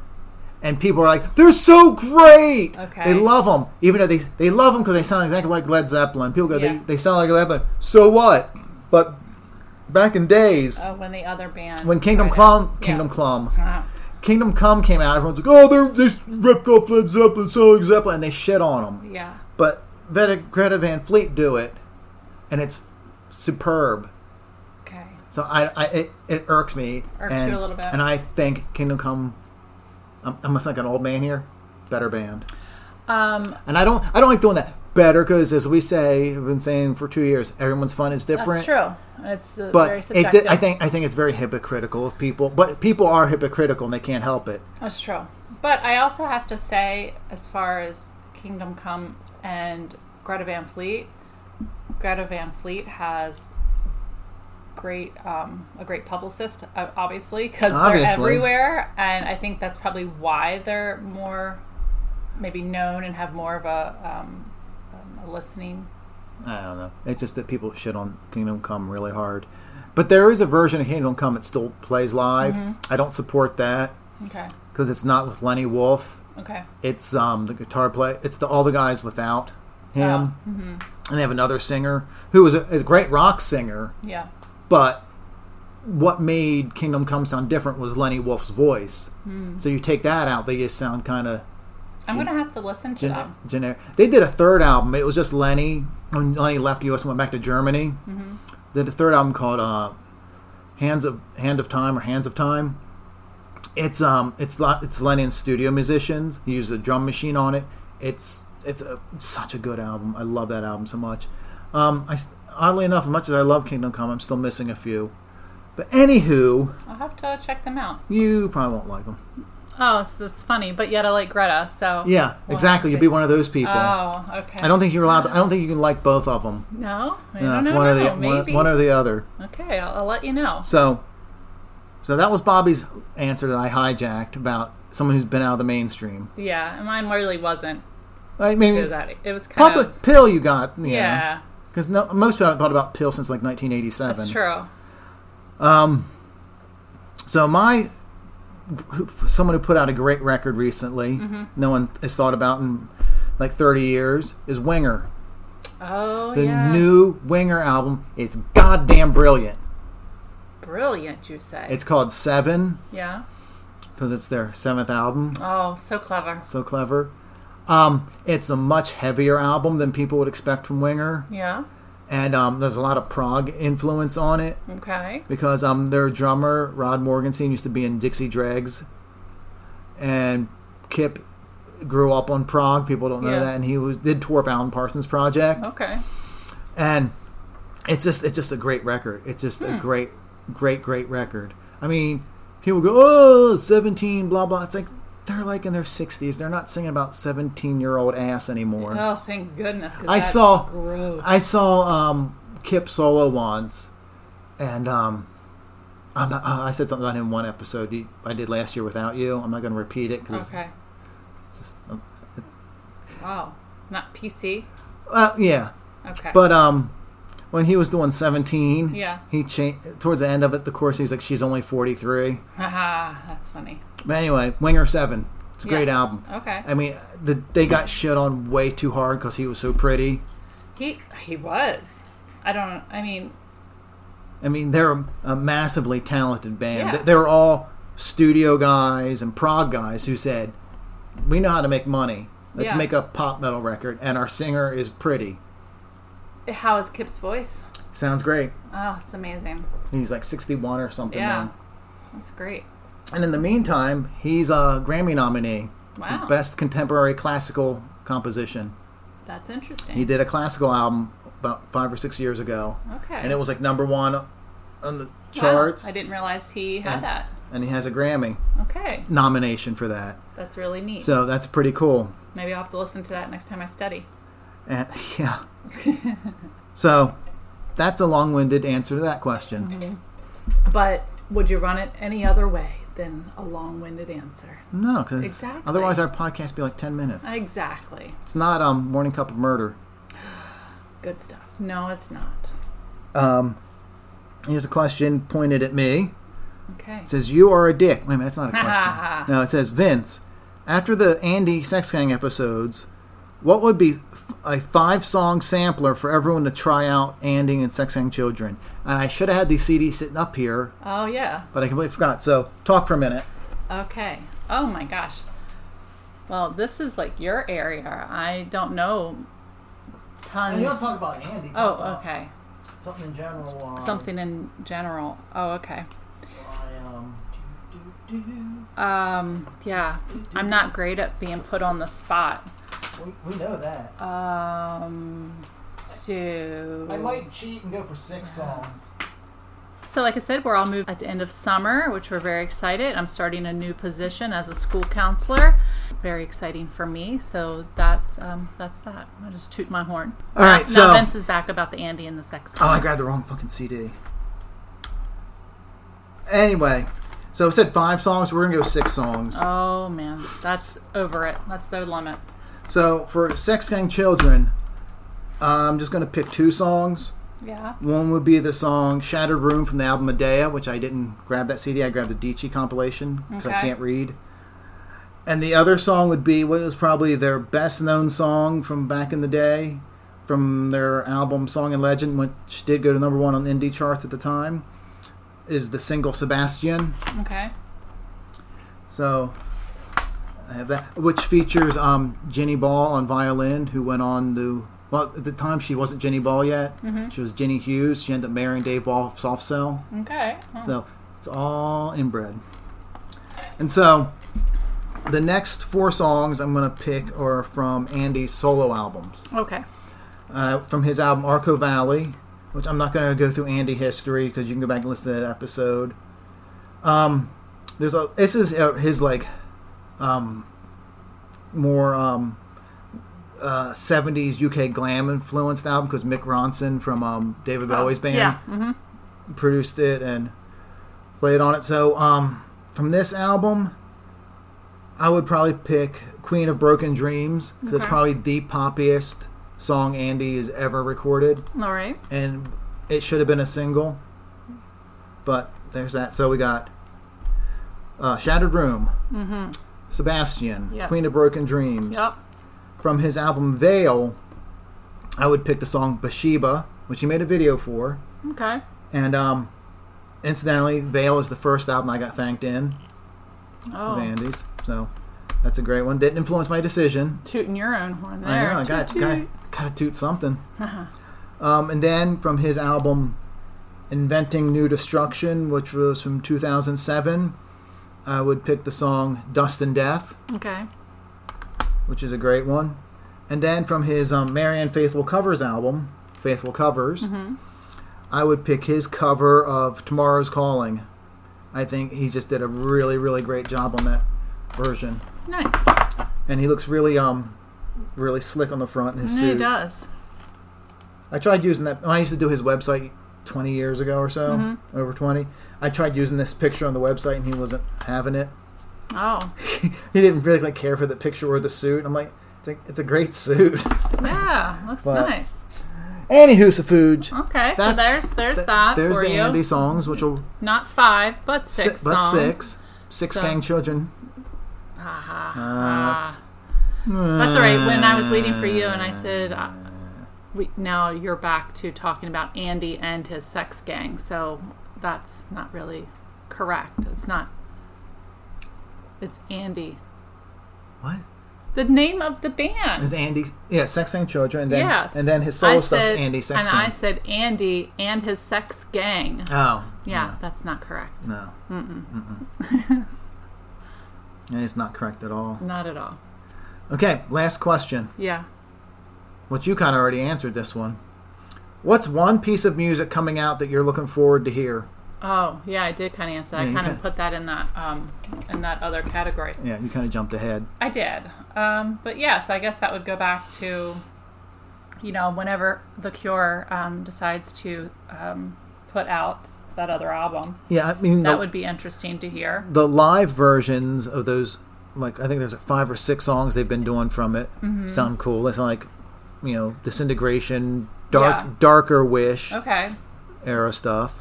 [SPEAKER 2] And people are like, they're so great.
[SPEAKER 1] Okay.
[SPEAKER 2] They love them, even though they they love them because they sound exactly like Led Zeppelin. People go,
[SPEAKER 1] Yeah.
[SPEAKER 2] they, they sound like Led Zeppelin. So what? But back in days
[SPEAKER 1] Oh, when the other band
[SPEAKER 2] when Kingdom
[SPEAKER 1] tried it.
[SPEAKER 2] Come,
[SPEAKER 1] Yeah.
[SPEAKER 2] Kingdom Come,
[SPEAKER 1] Uh,
[SPEAKER 2] Kingdom Come came out, everyone's like, oh, they're they ripped off Led Zeppelin, so like Zeppelin, and they shit on them.
[SPEAKER 1] yeah,
[SPEAKER 2] But Veta, Greta Van Fleet do it, and it's superb.
[SPEAKER 1] okay,
[SPEAKER 2] So I, I it, it irks me.
[SPEAKER 1] Irks
[SPEAKER 2] and,
[SPEAKER 1] you a little bit.
[SPEAKER 2] And I think Kingdom Come. I'm, I'm just like an old man here. Better band.
[SPEAKER 1] um,
[SPEAKER 2] And I don't I don't like doing that. Better because as we say, I've been saying for two years, everyone's fun is
[SPEAKER 1] that's
[SPEAKER 2] different.
[SPEAKER 1] true. It's uh,
[SPEAKER 2] But
[SPEAKER 1] very
[SPEAKER 2] it
[SPEAKER 1] subjective.
[SPEAKER 2] did, I think I think it's very hypocritical of people. But people are hypocritical and they can't help it.
[SPEAKER 1] that's true. But I also have to say, as far as Kingdom Come and Greta Van Fleet, Greta Van Fleet has great um, a great publicist, uh, obviously, because they're
[SPEAKER 2] Obviously.
[SPEAKER 1] everywhere, and I think that's probably why they're more maybe known and have more of a, um, um, a listening.
[SPEAKER 2] I don't know. It's just that people shit on Kingdom Come really hard. But there is a version of Kingdom Come that still plays live.
[SPEAKER 1] Mm-hmm.
[SPEAKER 2] I don't support that
[SPEAKER 1] Okay.
[SPEAKER 2] because it's not with Lenny Wolf.
[SPEAKER 1] Okay.
[SPEAKER 2] It's um the guitar play. It's the all the guys without. him,
[SPEAKER 1] Oh.
[SPEAKER 2] and they have another singer who was a, a great rock singer,
[SPEAKER 1] Yeah.
[SPEAKER 2] but what made Kingdom Come sound different was Lenny Wolf's voice. So you take that out, they just sound kind of
[SPEAKER 1] I'm gonna have to listen to
[SPEAKER 2] Gen-
[SPEAKER 1] them.
[SPEAKER 2] generic. They did a third album. It was just Lenny. When Lenny left the U.S. and went back to Germany, did a third album called uh, "Hands of Hand of Time" or "Hands of Time." It's um, it's lot, it's Lenny and studio musicians. He used a drum machine on it. It's it's a, such a good album. I love that album so much. Um, I s- oddly enough, as much as I love Kingdom Come, I'm still missing a few. But anywho,
[SPEAKER 1] I'll have to check them out.
[SPEAKER 2] you probably won't like them.
[SPEAKER 1] Oh, that's funny, but yet I like Greta. So
[SPEAKER 2] Yeah,
[SPEAKER 1] Well,
[SPEAKER 2] exactly. You'll be one of those people.
[SPEAKER 1] Oh, okay.
[SPEAKER 2] I don't think you're allowed. To, I don't think you can like both of them.
[SPEAKER 1] No, I
[SPEAKER 2] Yeah,
[SPEAKER 1] don't
[SPEAKER 2] it's
[SPEAKER 1] know.
[SPEAKER 2] one or the
[SPEAKER 1] no,
[SPEAKER 2] one,
[SPEAKER 1] maybe.
[SPEAKER 2] one or the other.
[SPEAKER 1] okay, I'll, I'll let you know.
[SPEAKER 2] So, so that was Bobby's answer that I hijacked about someone who's been out of the mainstream.
[SPEAKER 1] Yeah, and mine really wasn't
[SPEAKER 2] I mean,
[SPEAKER 1] that. It was kind
[SPEAKER 2] public
[SPEAKER 1] of
[SPEAKER 2] pill you got, yeah.
[SPEAKER 1] yeah.
[SPEAKER 2] Because no, most people haven't thought about pill since like 1987.
[SPEAKER 1] That's true.
[SPEAKER 2] So my who- someone who put out a great record recently,
[SPEAKER 1] Mm-hmm.
[SPEAKER 2] no one has thought about in like 30 years, is Winger.
[SPEAKER 1] Oh
[SPEAKER 2] The
[SPEAKER 1] yeah.
[SPEAKER 2] new Winger album is goddamn brilliant.
[SPEAKER 1] Brilliant, you say?
[SPEAKER 2] It's called Seven
[SPEAKER 1] yeah.
[SPEAKER 2] because it's their seventh album.
[SPEAKER 1] Oh, so clever.
[SPEAKER 2] so clever. Um, it's a much heavier album than people would expect from Winger,
[SPEAKER 1] Yeah.
[SPEAKER 2] and um, there's a lot of prog influence on it
[SPEAKER 1] Okay.
[SPEAKER 2] because um, their drummer Rod Morgenstein used to be in Dixie Dregs, and Kip grew up on prog. People don't know
[SPEAKER 1] Yeah. Oh.
[SPEAKER 2] that, and he was did tour of Alan Parsons Project,
[SPEAKER 1] Okay.
[SPEAKER 2] and it's just it's just a great record. It's just
[SPEAKER 1] Hmm.
[SPEAKER 2] a great, great, great record. I mean, people go oh 17, blah blah. It's like they're like in their sixties. They're not singing about seventeen year old ass anymore.
[SPEAKER 1] Oh, thank goodness. 'cause
[SPEAKER 2] I
[SPEAKER 1] that's
[SPEAKER 2] saw-
[SPEAKER 1] Gross.
[SPEAKER 2] I saw um, Kip solo once, and um, I'm not, uh, I said something about him in one episode you- I did last year without you. I'm not going to repeat it because
[SPEAKER 1] Okay.
[SPEAKER 2] it's just, um,
[SPEAKER 1] Wow. Not PC.
[SPEAKER 2] well, yeah.
[SPEAKER 1] Okay.
[SPEAKER 2] But um, when he was doing 17,
[SPEAKER 1] Yeah.
[SPEAKER 2] he changed towards the end of it. The course he's like, she's only 43.
[SPEAKER 1] Haha, Ah, that's funny.
[SPEAKER 2] But anyway, Winger Seven, it's a great
[SPEAKER 1] Yeah.
[SPEAKER 2] album.
[SPEAKER 1] Okay.
[SPEAKER 2] I mean, the, they got shit on way too hard because he was so pretty.
[SPEAKER 1] He he was. I don't. I mean,
[SPEAKER 2] I mean, they're a, a massively talented band.
[SPEAKER 1] Yeah.
[SPEAKER 2] They- They're all studio guys and prog guys who said, "We know how to make money. Let's
[SPEAKER 1] Yeah.
[SPEAKER 2] make a pop metal record." And our singer is pretty.
[SPEAKER 1] how is Kip's voice?
[SPEAKER 2] Sounds great.
[SPEAKER 1] Oh, it's amazing.
[SPEAKER 2] He's like 61 or something
[SPEAKER 1] Yeah,
[SPEAKER 2] now.
[SPEAKER 1] that's great.
[SPEAKER 2] And in the meantime, he's a Grammy nominee,
[SPEAKER 1] Wow,
[SPEAKER 2] best contemporary classical composition.
[SPEAKER 1] that's interesting.
[SPEAKER 2] He did a classical album about five or six years ago,
[SPEAKER 1] okay,
[SPEAKER 2] and it was like number one on the
[SPEAKER 1] Wow,
[SPEAKER 2] charts.
[SPEAKER 1] I didn't realize he had that.
[SPEAKER 2] And he has a Grammy
[SPEAKER 1] Okay,
[SPEAKER 2] nomination for that.
[SPEAKER 1] that's really neat.
[SPEAKER 2] So that's pretty cool.
[SPEAKER 1] Maybe I'll have to listen to that next time I study.
[SPEAKER 2] And, (laughs)
[SPEAKER 1] (laughs)
[SPEAKER 2] yeah. so that's a long winded answer to that question.
[SPEAKER 1] Mm-hmm. But would you run it any other way than a long-winded answer?
[SPEAKER 2] No, because
[SPEAKER 1] Exactly.
[SPEAKER 2] otherwise our podcast would be like 10 minutes.
[SPEAKER 1] Exactly.
[SPEAKER 2] it's not um, Morning Cup of Murder.
[SPEAKER 1] Good stuff. No, it's not.
[SPEAKER 2] Um, here's a question pointed at me.
[SPEAKER 1] Okay.
[SPEAKER 2] It says, You are a dick. Wait a minute, that's not a
[SPEAKER 1] Ha, ha, ha. (laughs)
[SPEAKER 2] question. no, it says, Vince, after the Andy Sex Gang episodes, what would be f- a five song sampler for everyone to try out Andy and Sex Gang Children? And I should have had these CDs sitting up here,
[SPEAKER 1] Oh yeah.
[SPEAKER 2] but I completely forgot. So talk for a minute.
[SPEAKER 1] Okay. Oh my gosh. Well, this is like your area. I don't know
[SPEAKER 2] And you don't
[SPEAKER 1] tons.
[SPEAKER 2] talk about Andy. talk
[SPEAKER 1] Oh,
[SPEAKER 2] about
[SPEAKER 1] okay.
[SPEAKER 2] Something in general. Um,
[SPEAKER 1] Something in general. Oh, okay.
[SPEAKER 2] I, um, do, do, do.
[SPEAKER 1] Um, yeah. I'm not great at being put on the spot.
[SPEAKER 2] We, we know that.
[SPEAKER 1] uh, Um, so
[SPEAKER 2] I might cheat and go for six songs.
[SPEAKER 1] So, like I said, we're all moved at the end of summer, which we're very excited. I'm starting a new position as a school counselor. Very exciting for me. So that's um, that's that. I just toot my horn.
[SPEAKER 2] All right,
[SPEAKER 1] Now
[SPEAKER 2] so-
[SPEAKER 1] Vince is back about the Andy and the sex.
[SPEAKER 2] Oh, I grabbed the wrong fucking CD. Anyway, so it said five songs. We're gonna go six songs.
[SPEAKER 1] Oh man, that's over it. That's their limit.
[SPEAKER 2] So for Sex Gang Children, I'm just gonna pick two songs.
[SPEAKER 1] Yeah.
[SPEAKER 2] One would be the song Shattered Room from the album Medea, which I didn't grab that CD. I grabbed the Dici compilation because I
[SPEAKER 1] Okay.
[SPEAKER 2] can't read. And the other song would be what was probably their best known song from back in the day, from their album Song and Legend, which did go to number one on indie charts at the time, is the single Sebastian.
[SPEAKER 1] Okay.
[SPEAKER 2] So I have that, which features um, Jenny Ball on violin, who went on to. Well, at the time she wasn't Jenny Ball yet. She was Jenny Hughes. She ended up marrying Dave Ball of Soft Cell.
[SPEAKER 1] Okay. Oh,
[SPEAKER 2] So it's all inbred. And so the next four songs I'm going to pick are from Andy's solo albums.
[SPEAKER 1] Okay.
[SPEAKER 2] Uh, from his album Arco Valley, which I'm not going to go through Andy history because you can go back and listen to that episode. Um, there's a this is uh, his like um, more um, uh, 70s UK glam influenced album because Mick Ronson from um, David Bowie's band
[SPEAKER 1] Yeah. hmm
[SPEAKER 2] produced it and played on it. So um, from this album, I would probably pick "Queen of Broken Dreams" because it's
[SPEAKER 1] Okay.
[SPEAKER 2] probably the poppiest song Andy has ever recorded,
[SPEAKER 1] All right.
[SPEAKER 2] and it should have been a single. But there's that. So we got uh, "Shattered Room," Sebastian,
[SPEAKER 1] Mm-hmm. Yes.
[SPEAKER 2] "Queen of Broken Dreams."
[SPEAKER 1] Yep.
[SPEAKER 2] From his album "Veil," I would pick the song "Bathsheba," which he made a video for.
[SPEAKER 1] Okay.
[SPEAKER 2] And um, incidentally, Veil is the first album I got thanked in
[SPEAKER 1] Oh,
[SPEAKER 2] of Andy's, so that's a great one. Didn't influence my decision.
[SPEAKER 1] tooting your own horn there.
[SPEAKER 2] I know I
[SPEAKER 1] Toot,
[SPEAKER 2] got
[SPEAKER 1] toot. Uh-huh.
[SPEAKER 2] got got to toot something. um, and then from his album, "Inventing New Destruction," which was from 2007, I would pick the song "Dust and Death,"
[SPEAKER 1] Okay.
[SPEAKER 2] which is a great one. And then from his um, Marianne Faithful covers album, Faithful Covers,
[SPEAKER 1] Mm-hmm.
[SPEAKER 2] I would pick his cover of Tomorrow's Calling. I think he just did a really, really great job on that version,
[SPEAKER 1] Nice.
[SPEAKER 2] and he looks really, um, really slick on the front in his
[SPEAKER 1] He
[SPEAKER 2] suit.
[SPEAKER 1] does.
[SPEAKER 2] I tried using that. I used to do his website 20 years ago or so,
[SPEAKER 1] Mm-hmm.
[SPEAKER 2] over 20. I tried using this picture on the website, and he wasn't having it.
[SPEAKER 1] Oh,
[SPEAKER 2] he didn't really like, care for the picture or the suit. I'm like, it's a, it's a great (laughs) suit.
[SPEAKER 1] yeah. Looks
[SPEAKER 2] But-
[SPEAKER 1] nice.
[SPEAKER 2] Anywho, Safuge.
[SPEAKER 1] Okay. so
[SPEAKER 2] That's-
[SPEAKER 1] there's there's that
[SPEAKER 2] There's
[SPEAKER 1] for
[SPEAKER 2] the
[SPEAKER 1] you.
[SPEAKER 2] Andy songs, which will
[SPEAKER 1] Not five, but six
[SPEAKER 2] but
[SPEAKER 1] songs.
[SPEAKER 2] six, Uh, six
[SPEAKER 1] So-
[SPEAKER 2] gang children.
[SPEAKER 1] Ha, ha, ha. That's all right. When I was waiting for you, and I said, uh, we, "Now you're back to talking about Andy and his sex gang." So that's not really correct. It's not. It's Andy.
[SPEAKER 2] What
[SPEAKER 1] The name of the band.
[SPEAKER 2] is Andy? Yeah, sex gang children. And then,
[SPEAKER 1] yes.
[SPEAKER 2] and then his solo
[SPEAKER 1] I
[SPEAKER 2] stuff's
[SPEAKER 1] said-
[SPEAKER 2] Andy sex
[SPEAKER 1] And
[SPEAKER 2] gang.
[SPEAKER 1] I said Andy and his sex gang.
[SPEAKER 2] oh,
[SPEAKER 1] yeah, that's not correct.
[SPEAKER 2] no, mm
[SPEAKER 1] (laughs)
[SPEAKER 2] mm it's not correct at all.
[SPEAKER 1] Not at all.
[SPEAKER 2] Okay, last question.
[SPEAKER 1] Yeah.
[SPEAKER 2] What you kind of already answered this one. What's one piece of music coming out that you're looking forward to hear?
[SPEAKER 1] Oh, yeah, I did kind of answer. that.
[SPEAKER 2] Yeah,
[SPEAKER 1] I
[SPEAKER 2] you
[SPEAKER 1] kind of
[SPEAKER 2] kinda-
[SPEAKER 1] put that in that um, in that other category.
[SPEAKER 2] Yeah, you kind of jumped ahead.
[SPEAKER 1] I did, um, but yeah, so I guess that would go back to, you know, whenever The Cure um, decides to um, put out that other album,
[SPEAKER 2] Yeah, I mean
[SPEAKER 1] that
[SPEAKER 2] the,
[SPEAKER 1] would be interesting to hear.
[SPEAKER 2] the live versions of those, like I think there's like five or six songs they've been doing from it.
[SPEAKER 1] Mm-hmm.
[SPEAKER 2] Sound cool. They sound like, you know, disintegration, dark,
[SPEAKER 1] Yeah. Oh.
[SPEAKER 2] darker wish
[SPEAKER 1] Okay,
[SPEAKER 2] era stuff.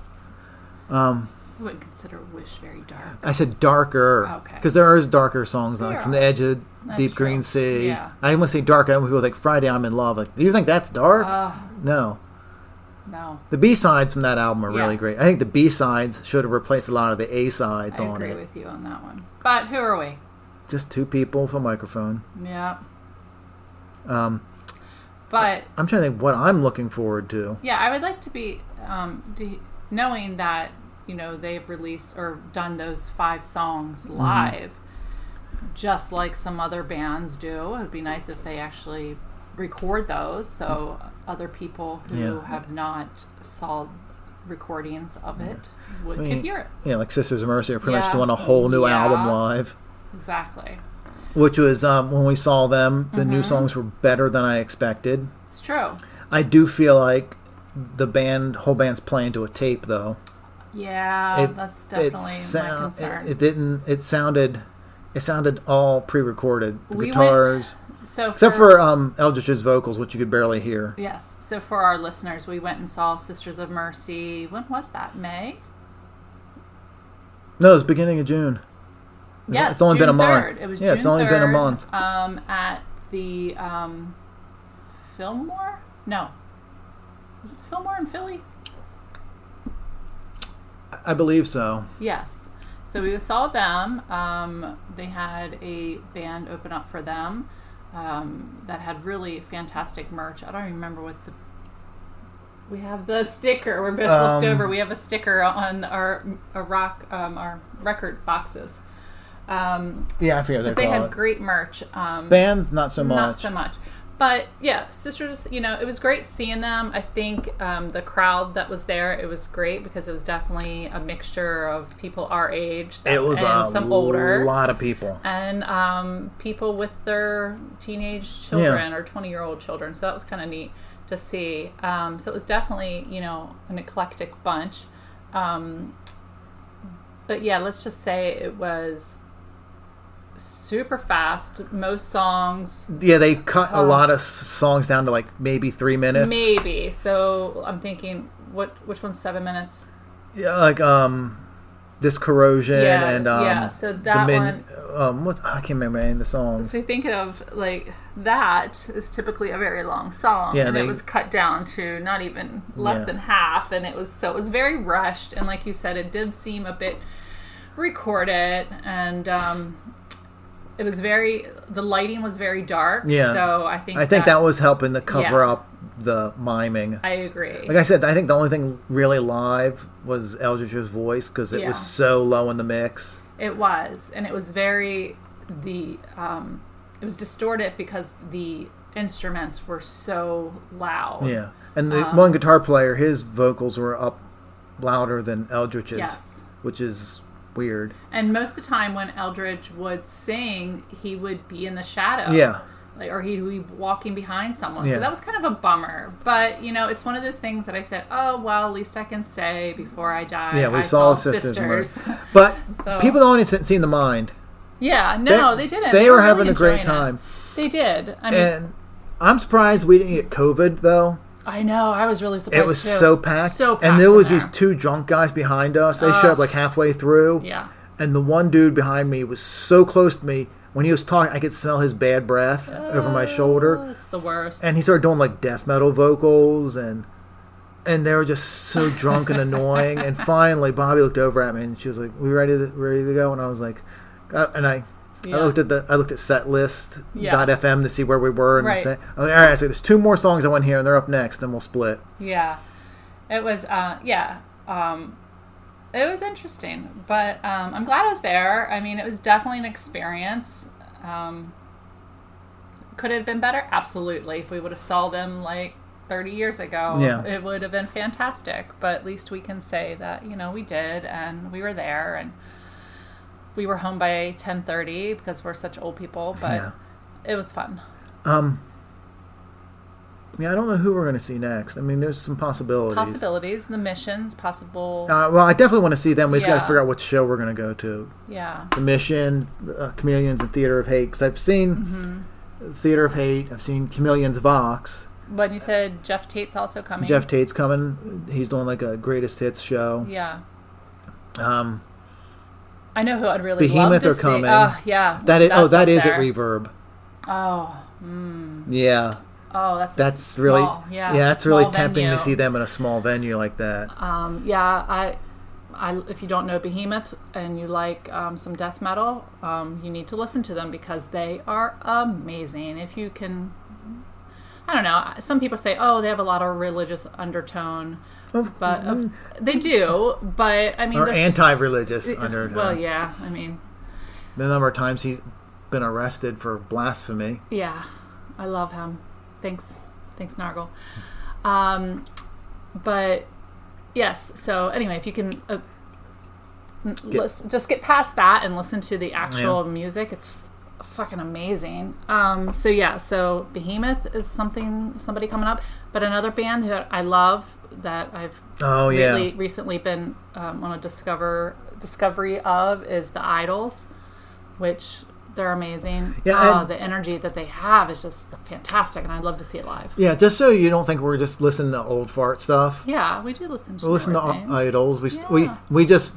[SPEAKER 1] I wouldn't consider Wish very dark.
[SPEAKER 2] I said darker
[SPEAKER 1] Okay.
[SPEAKER 2] because there is darker songs like
[SPEAKER 1] There
[SPEAKER 2] from
[SPEAKER 1] are.
[SPEAKER 2] the edge of
[SPEAKER 1] That's
[SPEAKER 2] deep
[SPEAKER 1] true.
[SPEAKER 2] green sea.
[SPEAKER 1] Yeah.
[SPEAKER 2] I want to say dark. I want people like Friday I'm in love. Like, do you think that's dark? no.
[SPEAKER 1] No,
[SPEAKER 2] The B sides from that album are really
[SPEAKER 1] Yeah.
[SPEAKER 2] great. I think the B sides should have replaced a lot of the A sides
[SPEAKER 1] I
[SPEAKER 2] on
[SPEAKER 1] agree
[SPEAKER 2] it.
[SPEAKER 1] with you on that one. But who are we?
[SPEAKER 2] Just two people with a microphone.
[SPEAKER 1] Yeah,
[SPEAKER 2] Um,
[SPEAKER 1] but
[SPEAKER 2] I'm trying to think what I'm looking forward to.
[SPEAKER 1] Yeah, I would like to be um, do, knowing that you know they've released or done those five songs
[SPEAKER 2] Mm-hmm.
[SPEAKER 1] live, just like some other bands do. It would be nice if they actually record those, so other people who
[SPEAKER 2] Yeah.
[SPEAKER 1] have not saw recordings of it would
[SPEAKER 2] I
[SPEAKER 1] could
[SPEAKER 2] mean,
[SPEAKER 1] hear it.
[SPEAKER 2] Yeah, like Sisters of Mercy are pretty much
[SPEAKER 1] Yeah.
[SPEAKER 2] doing a whole new
[SPEAKER 1] Yeah.
[SPEAKER 2] album live,
[SPEAKER 1] Exactly,
[SPEAKER 2] which was um, when we saw them, the
[SPEAKER 1] Mm-hmm.
[SPEAKER 2] new songs were better than I expected.
[SPEAKER 1] it's true.
[SPEAKER 2] I do feel like the band, whole band's playing to a tape though.
[SPEAKER 1] Yeah, Oh, that's definitely my
[SPEAKER 2] sound-
[SPEAKER 1] concern.
[SPEAKER 2] uh, It, it didn't. It sounded. It sounded all pre-recorded. The
[SPEAKER 1] We went-
[SPEAKER 2] guitars,
[SPEAKER 1] so
[SPEAKER 2] except for um, Eldritch's vocals, which you could barely hear.
[SPEAKER 1] Yes. So for our listeners, we went and saw Sisters of Mercy. When was that? May?
[SPEAKER 2] No, it's beginning of June.
[SPEAKER 1] Yes,
[SPEAKER 2] it's only
[SPEAKER 1] June
[SPEAKER 2] been a month.
[SPEAKER 1] 3rd. It was
[SPEAKER 2] yeah, it's
[SPEAKER 1] June
[SPEAKER 2] only been a
[SPEAKER 1] 3rd,
[SPEAKER 2] month.
[SPEAKER 1] Um, at the um, Fillmore? No, was it the Fillmore in Philly?
[SPEAKER 2] I believe so.
[SPEAKER 1] Yes. So we saw them. Um, they had a band open up for them um, that had really fantastic merch. I don't remember what the. We have the sticker. We're both looked
[SPEAKER 2] Um,
[SPEAKER 1] over. We have a sticker on our a rock um, our record boxes. Um,
[SPEAKER 2] Yeah, I forget what they
[SPEAKER 1] they
[SPEAKER 2] call
[SPEAKER 1] had
[SPEAKER 2] it.
[SPEAKER 1] great merch. Um,
[SPEAKER 2] Band, not so much.
[SPEAKER 1] not so much. But yeah, sisters, you know, it was great seeing them. I think um, the crowd that was there, it was great because it was definitely a mixture of people our age that,
[SPEAKER 2] It was
[SPEAKER 1] and
[SPEAKER 2] a
[SPEAKER 1] some older
[SPEAKER 2] lot of people.
[SPEAKER 1] and um, people with their teenage children or 20 year old children. So that was kind of neat to see. Um, so it was definitely, you know, an eclectic bunch. Um, but yeah, let's just say it was super fast. Most songs,
[SPEAKER 2] Yeah, they cut a lot of s- songs down to like maybe three minutes.
[SPEAKER 1] maybe. So I'm thinking, what which one's seven minutes?
[SPEAKER 2] Yeah, like um, this corrosion
[SPEAKER 1] Yeah,
[SPEAKER 2] and um,
[SPEAKER 1] yeah, so that
[SPEAKER 2] Um, what I can't remember any of the songs.
[SPEAKER 1] So you're thinking of like that is typically a very long song,
[SPEAKER 2] Yeah,
[SPEAKER 1] and
[SPEAKER 2] they-
[SPEAKER 1] it was cut down to not even less
[SPEAKER 2] Yeah.
[SPEAKER 1] than half, and it was so it was very rushed, and like you said, it did seem a bit recorded, and um, it was very the lighting was very dark.
[SPEAKER 2] Yeah.
[SPEAKER 1] so I think
[SPEAKER 2] I think that, was helping to cover
[SPEAKER 1] Yeah.
[SPEAKER 2] up the miming.
[SPEAKER 1] I agree.
[SPEAKER 2] like I said, I think the only thing really live was Eldridge's voice because it
[SPEAKER 1] Yeah.
[SPEAKER 2] was so low in the mix.
[SPEAKER 1] It was, and it was very the um, it was distorted because the instruments were so loud.
[SPEAKER 2] Yeah, and
[SPEAKER 1] Um,
[SPEAKER 2] the one guitar player, his vocals were up louder than Eldridge's,
[SPEAKER 1] Yes.
[SPEAKER 2] which is weird.
[SPEAKER 1] And most of the time, when Eldridge would sing, he would be in the shadow.
[SPEAKER 2] Yeah.
[SPEAKER 1] Like, or he'd be walking behind someone.
[SPEAKER 2] Yeah.
[SPEAKER 1] So that was kind of a bummer. But, you know, it's one of those things that I said, oh, well, at least I can say before I die.
[SPEAKER 2] Yeah, we
[SPEAKER 1] I
[SPEAKER 2] saw, sisters, murder. but
[SPEAKER 1] So-
[SPEAKER 2] people in the audience didn't seem to mind.
[SPEAKER 1] (laughs) yeah, no, they, didn't.
[SPEAKER 2] They, were
[SPEAKER 1] really
[SPEAKER 2] having a
[SPEAKER 1] enjoying
[SPEAKER 2] great
[SPEAKER 1] it.
[SPEAKER 2] time,
[SPEAKER 1] They did. I mean,
[SPEAKER 2] and I'm surprised we didn't get COVID though.
[SPEAKER 1] I know. I was really surprised.
[SPEAKER 2] It was
[SPEAKER 1] too.
[SPEAKER 2] so packed,
[SPEAKER 1] So packed.
[SPEAKER 2] and there was
[SPEAKER 1] in
[SPEAKER 2] these two drunk guys behind us. They showed up like halfway through,
[SPEAKER 1] Yeah.
[SPEAKER 2] and the one dude behind me was so close to me. When he was talking, I could smell his bad breath over my shoulder.
[SPEAKER 1] Oh, it's the worst.
[SPEAKER 2] and he started doing like death metal vocals and and they were just so drunk and annoying and finally bobby looked over at me and she was like we ready to ready to go and i was like uh, and i
[SPEAKER 1] Yeah.
[SPEAKER 2] I looked at the I looked at setlist
[SPEAKER 1] Yeah.
[SPEAKER 2] dot FM to see where we were and
[SPEAKER 1] Right.
[SPEAKER 2] say, I was like, all right, so there's two more songs I want here and they're up next, then we'll split.
[SPEAKER 1] Yeah. It was uh yeah. Um it was interesting, but um I'm glad I was there. I mean, it was definitely an experience. Um could it have been better? Absolutely. If we would have saw them like 30 years ago,
[SPEAKER 2] Yeah.
[SPEAKER 1] it would have been fantastic, but at least we can say that, you know, we did and we were there and we were home by 10:30 because we're such old people, but
[SPEAKER 2] Yeah.
[SPEAKER 1] it was fun.
[SPEAKER 2] Um, I mean, I don't know who we're going to see next. I mean, there's some possibilities.
[SPEAKER 1] Possibilities, the missions, possible
[SPEAKER 2] Uh, well, I definitely want to see them. We just got
[SPEAKER 1] Yeah.
[SPEAKER 2] to figure out what show we're going to go to.
[SPEAKER 1] yeah.
[SPEAKER 2] The Mission, uh, Chameleons, and Theater of Hate. Because I've seen
[SPEAKER 1] Mm-hmm.
[SPEAKER 2] Theater of Hate, I've seen Chameleons Vox.
[SPEAKER 1] When you said Jeff Tate's also coming.
[SPEAKER 2] Jeff Tate's coming. He's doing like a greatest hits show.
[SPEAKER 1] Yeah.
[SPEAKER 2] Um,
[SPEAKER 1] I know who I'd really love
[SPEAKER 2] Behemoth
[SPEAKER 1] to
[SPEAKER 2] are
[SPEAKER 1] see.
[SPEAKER 2] coming.
[SPEAKER 1] Oh, yeah.
[SPEAKER 2] that is, oh,
[SPEAKER 1] That's up
[SPEAKER 2] that is
[SPEAKER 1] there.
[SPEAKER 2] at Reverb.
[SPEAKER 1] Oh,
[SPEAKER 2] Yeah,
[SPEAKER 1] oh, that's a
[SPEAKER 2] that's
[SPEAKER 1] small,
[SPEAKER 2] really
[SPEAKER 1] yeah,
[SPEAKER 2] that's really
[SPEAKER 1] small
[SPEAKER 2] tempting
[SPEAKER 1] venue.
[SPEAKER 2] to see them in a small venue like that.
[SPEAKER 1] Um, yeah, I, I, if you don't know Behemoth and you like um, some death metal, um, you need to listen to them because they are amazing. If you can, I don't know. Some people say, oh, they have a lot of religious undertone,
[SPEAKER 2] Of- mm-hmm.
[SPEAKER 1] but of, they do. But I mean,
[SPEAKER 2] or
[SPEAKER 1] there's-
[SPEAKER 2] anti-religious under uh,
[SPEAKER 1] Well, yeah. I mean,
[SPEAKER 2] the number of times he's been arrested for blasphemy.
[SPEAKER 1] Yeah, I love him. Thanks, thanks, Nargle. Um, but yes, so anyway, if you can uh, n- lis- just get past that and listen to the actual music, it's f- fucking amazing. Um, so yeah, so Behemoth is something somebody coming up, but another band that I love that I've
[SPEAKER 2] Oh yeah,
[SPEAKER 1] really recently been um, on a discover discovery of is the idols which they're amazing
[SPEAKER 2] Yeah,
[SPEAKER 1] Oh,
[SPEAKER 2] and-
[SPEAKER 1] the energy that they have is just fantastic and i'd love to see it live
[SPEAKER 2] yeah. Just so you don't think we're just listening to old fart stuff.
[SPEAKER 1] yeah we do listen to
[SPEAKER 2] Listen to uh,
[SPEAKER 1] newer things.
[SPEAKER 2] idols. We, st we
[SPEAKER 1] Yeah.
[SPEAKER 2] we just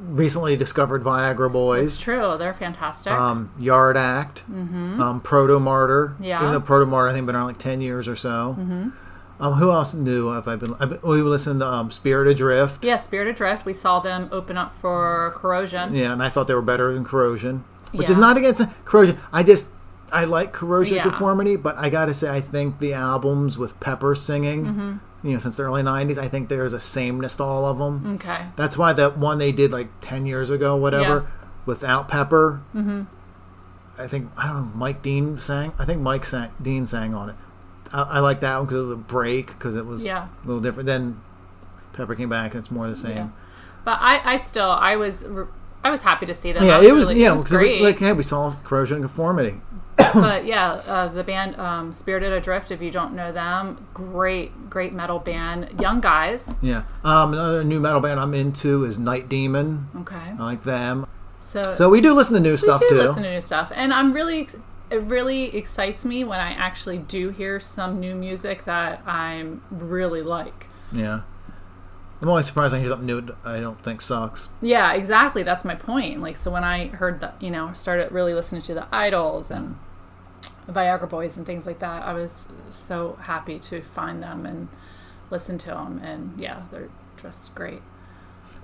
[SPEAKER 2] recently discovered Viagra
[SPEAKER 1] It's
[SPEAKER 2] Boys,
[SPEAKER 1] true. They're fantastic.
[SPEAKER 2] um, Yard Act, um, Proto Martyr.
[SPEAKER 1] Yeah.
[SPEAKER 2] Even though Proto Martyr, I think, been around like 10 years or so. Mm-hmm. Um, who else knew? Have I been? I've been we listened to um, Spirit Adrift.
[SPEAKER 1] yeah, Spirit Adrift. We saw them open up for Corrosion.
[SPEAKER 2] Yeah, and I thought they were better than Corrosion, which is
[SPEAKER 1] Yes.
[SPEAKER 2] not against Corrosion. I just I like Corrosion
[SPEAKER 1] Yeah.
[SPEAKER 2] conformity, but I gotta say I think the albums with Pepper singing,
[SPEAKER 1] Mm-hmm.
[SPEAKER 2] you know, since the early '90s, I think there's a sameness to all of them.
[SPEAKER 1] Okay.
[SPEAKER 2] That's why that one they did like ten years ago, whatever, without Pepper. Mm-hmm. I think I don't know. Mike Dean sang. I think Mike sang, Dean sang on it. I, I like that one because it was a break because it was
[SPEAKER 1] Yeah.
[SPEAKER 2] a little different. Then Pepper came back and it's more the same.
[SPEAKER 1] Yeah. But I, I still, I was, re- I was happy to see them.
[SPEAKER 2] Yeah,
[SPEAKER 1] That's
[SPEAKER 2] it was
[SPEAKER 1] really-
[SPEAKER 2] yeah, because
[SPEAKER 1] great.
[SPEAKER 2] like hey, we saw corrosion and conformity.
[SPEAKER 1] (laughs) but yeah, uh, the band um, Spirited Adrift. If you don't know them, great, great metal band. Young guys.
[SPEAKER 2] Yeah. Um, another new metal band I'm into is Night Demon.
[SPEAKER 1] Okay.
[SPEAKER 2] I like them.
[SPEAKER 1] So,
[SPEAKER 2] Oh. So we do listen to new stuff
[SPEAKER 1] do
[SPEAKER 2] too.
[SPEAKER 1] listen to new stuff, and I'm really ex- it really excites me when I actually do hear some new music that I'm really like.
[SPEAKER 2] yeah. I'm always surprised I hear something new that I don't think sucks.
[SPEAKER 1] Yeah, exactly. That's my point. Like, so when I heard that, you know, started really listening to the Idols and Viagra Boys and things like that, I was so happy to find them and listen to them. And yeah, they're just great.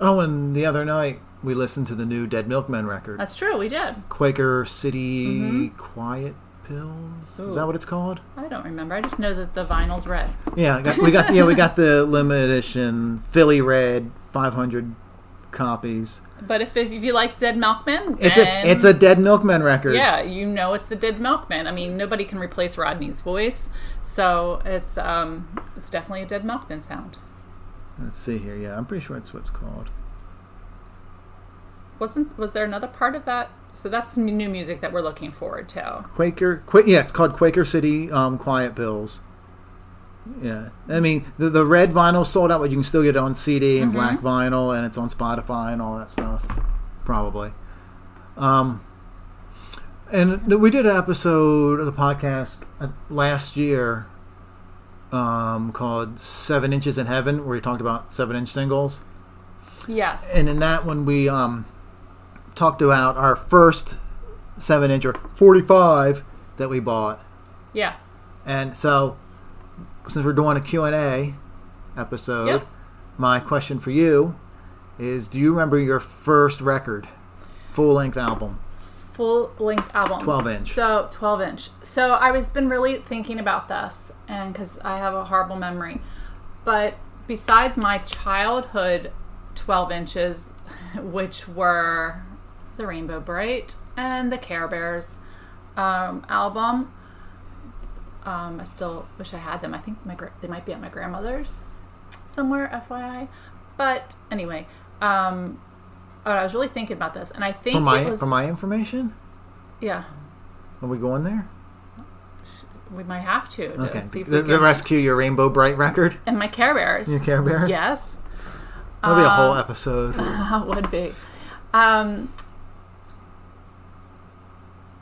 [SPEAKER 2] Oh, and the other night we listened to the new Dead Milkmen record,
[SPEAKER 1] That's true. We did.
[SPEAKER 2] Quaker City Quiet Pills. Is that
[SPEAKER 1] mm-hmm. Ooh.
[SPEAKER 2] what it's called?
[SPEAKER 1] I don't remember. I just know that the vinyl's red.
[SPEAKER 2] Yeah, I got, we got yeah we got the (laughs) limited edition Philly Red 500 copies.
[SPEAKER 1] But if, if you like Dead Milkman,
[SPEAKER 2] It's
[SPEAKER 1] then-
[SPEAKER 2] a it's a Dead Milkmen record.
[SPEAKER 1] Yeah, you know it's the dead milkman. I mean, nobody can replace Rodney's voice, so it's um, it's definitely a dead milkman sound.
[SPEAKER 2] Let's see here. Yeah, I'm pretty sure it's what's called.
[SPEAKER 1] Wasn't was there another part of that? So that's m- new music that we're looking forward to.
[SPEAKER 2] Quaker. Qu- yeah, it's called Quaker City um, Quiet Pills. Yeah, I mean the the red vinyl sold out, but you can still get it on CD and black vinyl, and it's on Spotify and all that stuff, probably. Um, and th- we did an episode of the podcast uh, last year, um, called Seven Inches in Heaven, where we talked about seven inch singles
[SPEAKER 1] Yes.
[SPEAKER 2] and in that one we um, talked about our first seven inch or 45 that we bought
[SPEAKER 1] yeah.
[SPEAKER 2] and so since we're doing a q&a episode
[SPEAKER 1] Yep.
[SPEAKER 2] my question for you is do you remember your first record full-length album
[SPEAKER 1] full length album
[SPEAKER 2] 12 inch.
[SPEAKER 1] so 12 inch so i was been really thinking about this and because i have a horrible memory but besides my childhood 12 inches (laughs) which were the rainbow bright and the care bears um, album um, i still wish i had them i think my gra- they might be at my grandmother's somewhere fyi but anyway um, but I was really thinking about this, and I think
[SPEAKER 2] for my
[SPEAKER 1] it was
[SPEAKER 2] for my information
[SPEAKER 1] yeah,
[SPEAKER 2] are we going there
[SPEAKER 1] we might have to. to
[SPEAKER 2] okay
[SPEAKER 1] see if
[SPEAKER 2] the,
[SPEAKER 1] we
[SPEAKER 2] the
[SPEAKER 1] can-
[SPEAKER 2] rescue your rainbow bright record (laughs)
[SPEAKER 1] And my Care Bears.
[SPEAKER 2] your care bears
[SPEAKER 1] Yes, (laughs)
[SPEAKER 2] that'll be a
[SPEAKER 1] Um,
[SPEAKER 2] whole episode
[SPEAKER 1] that would be. Um,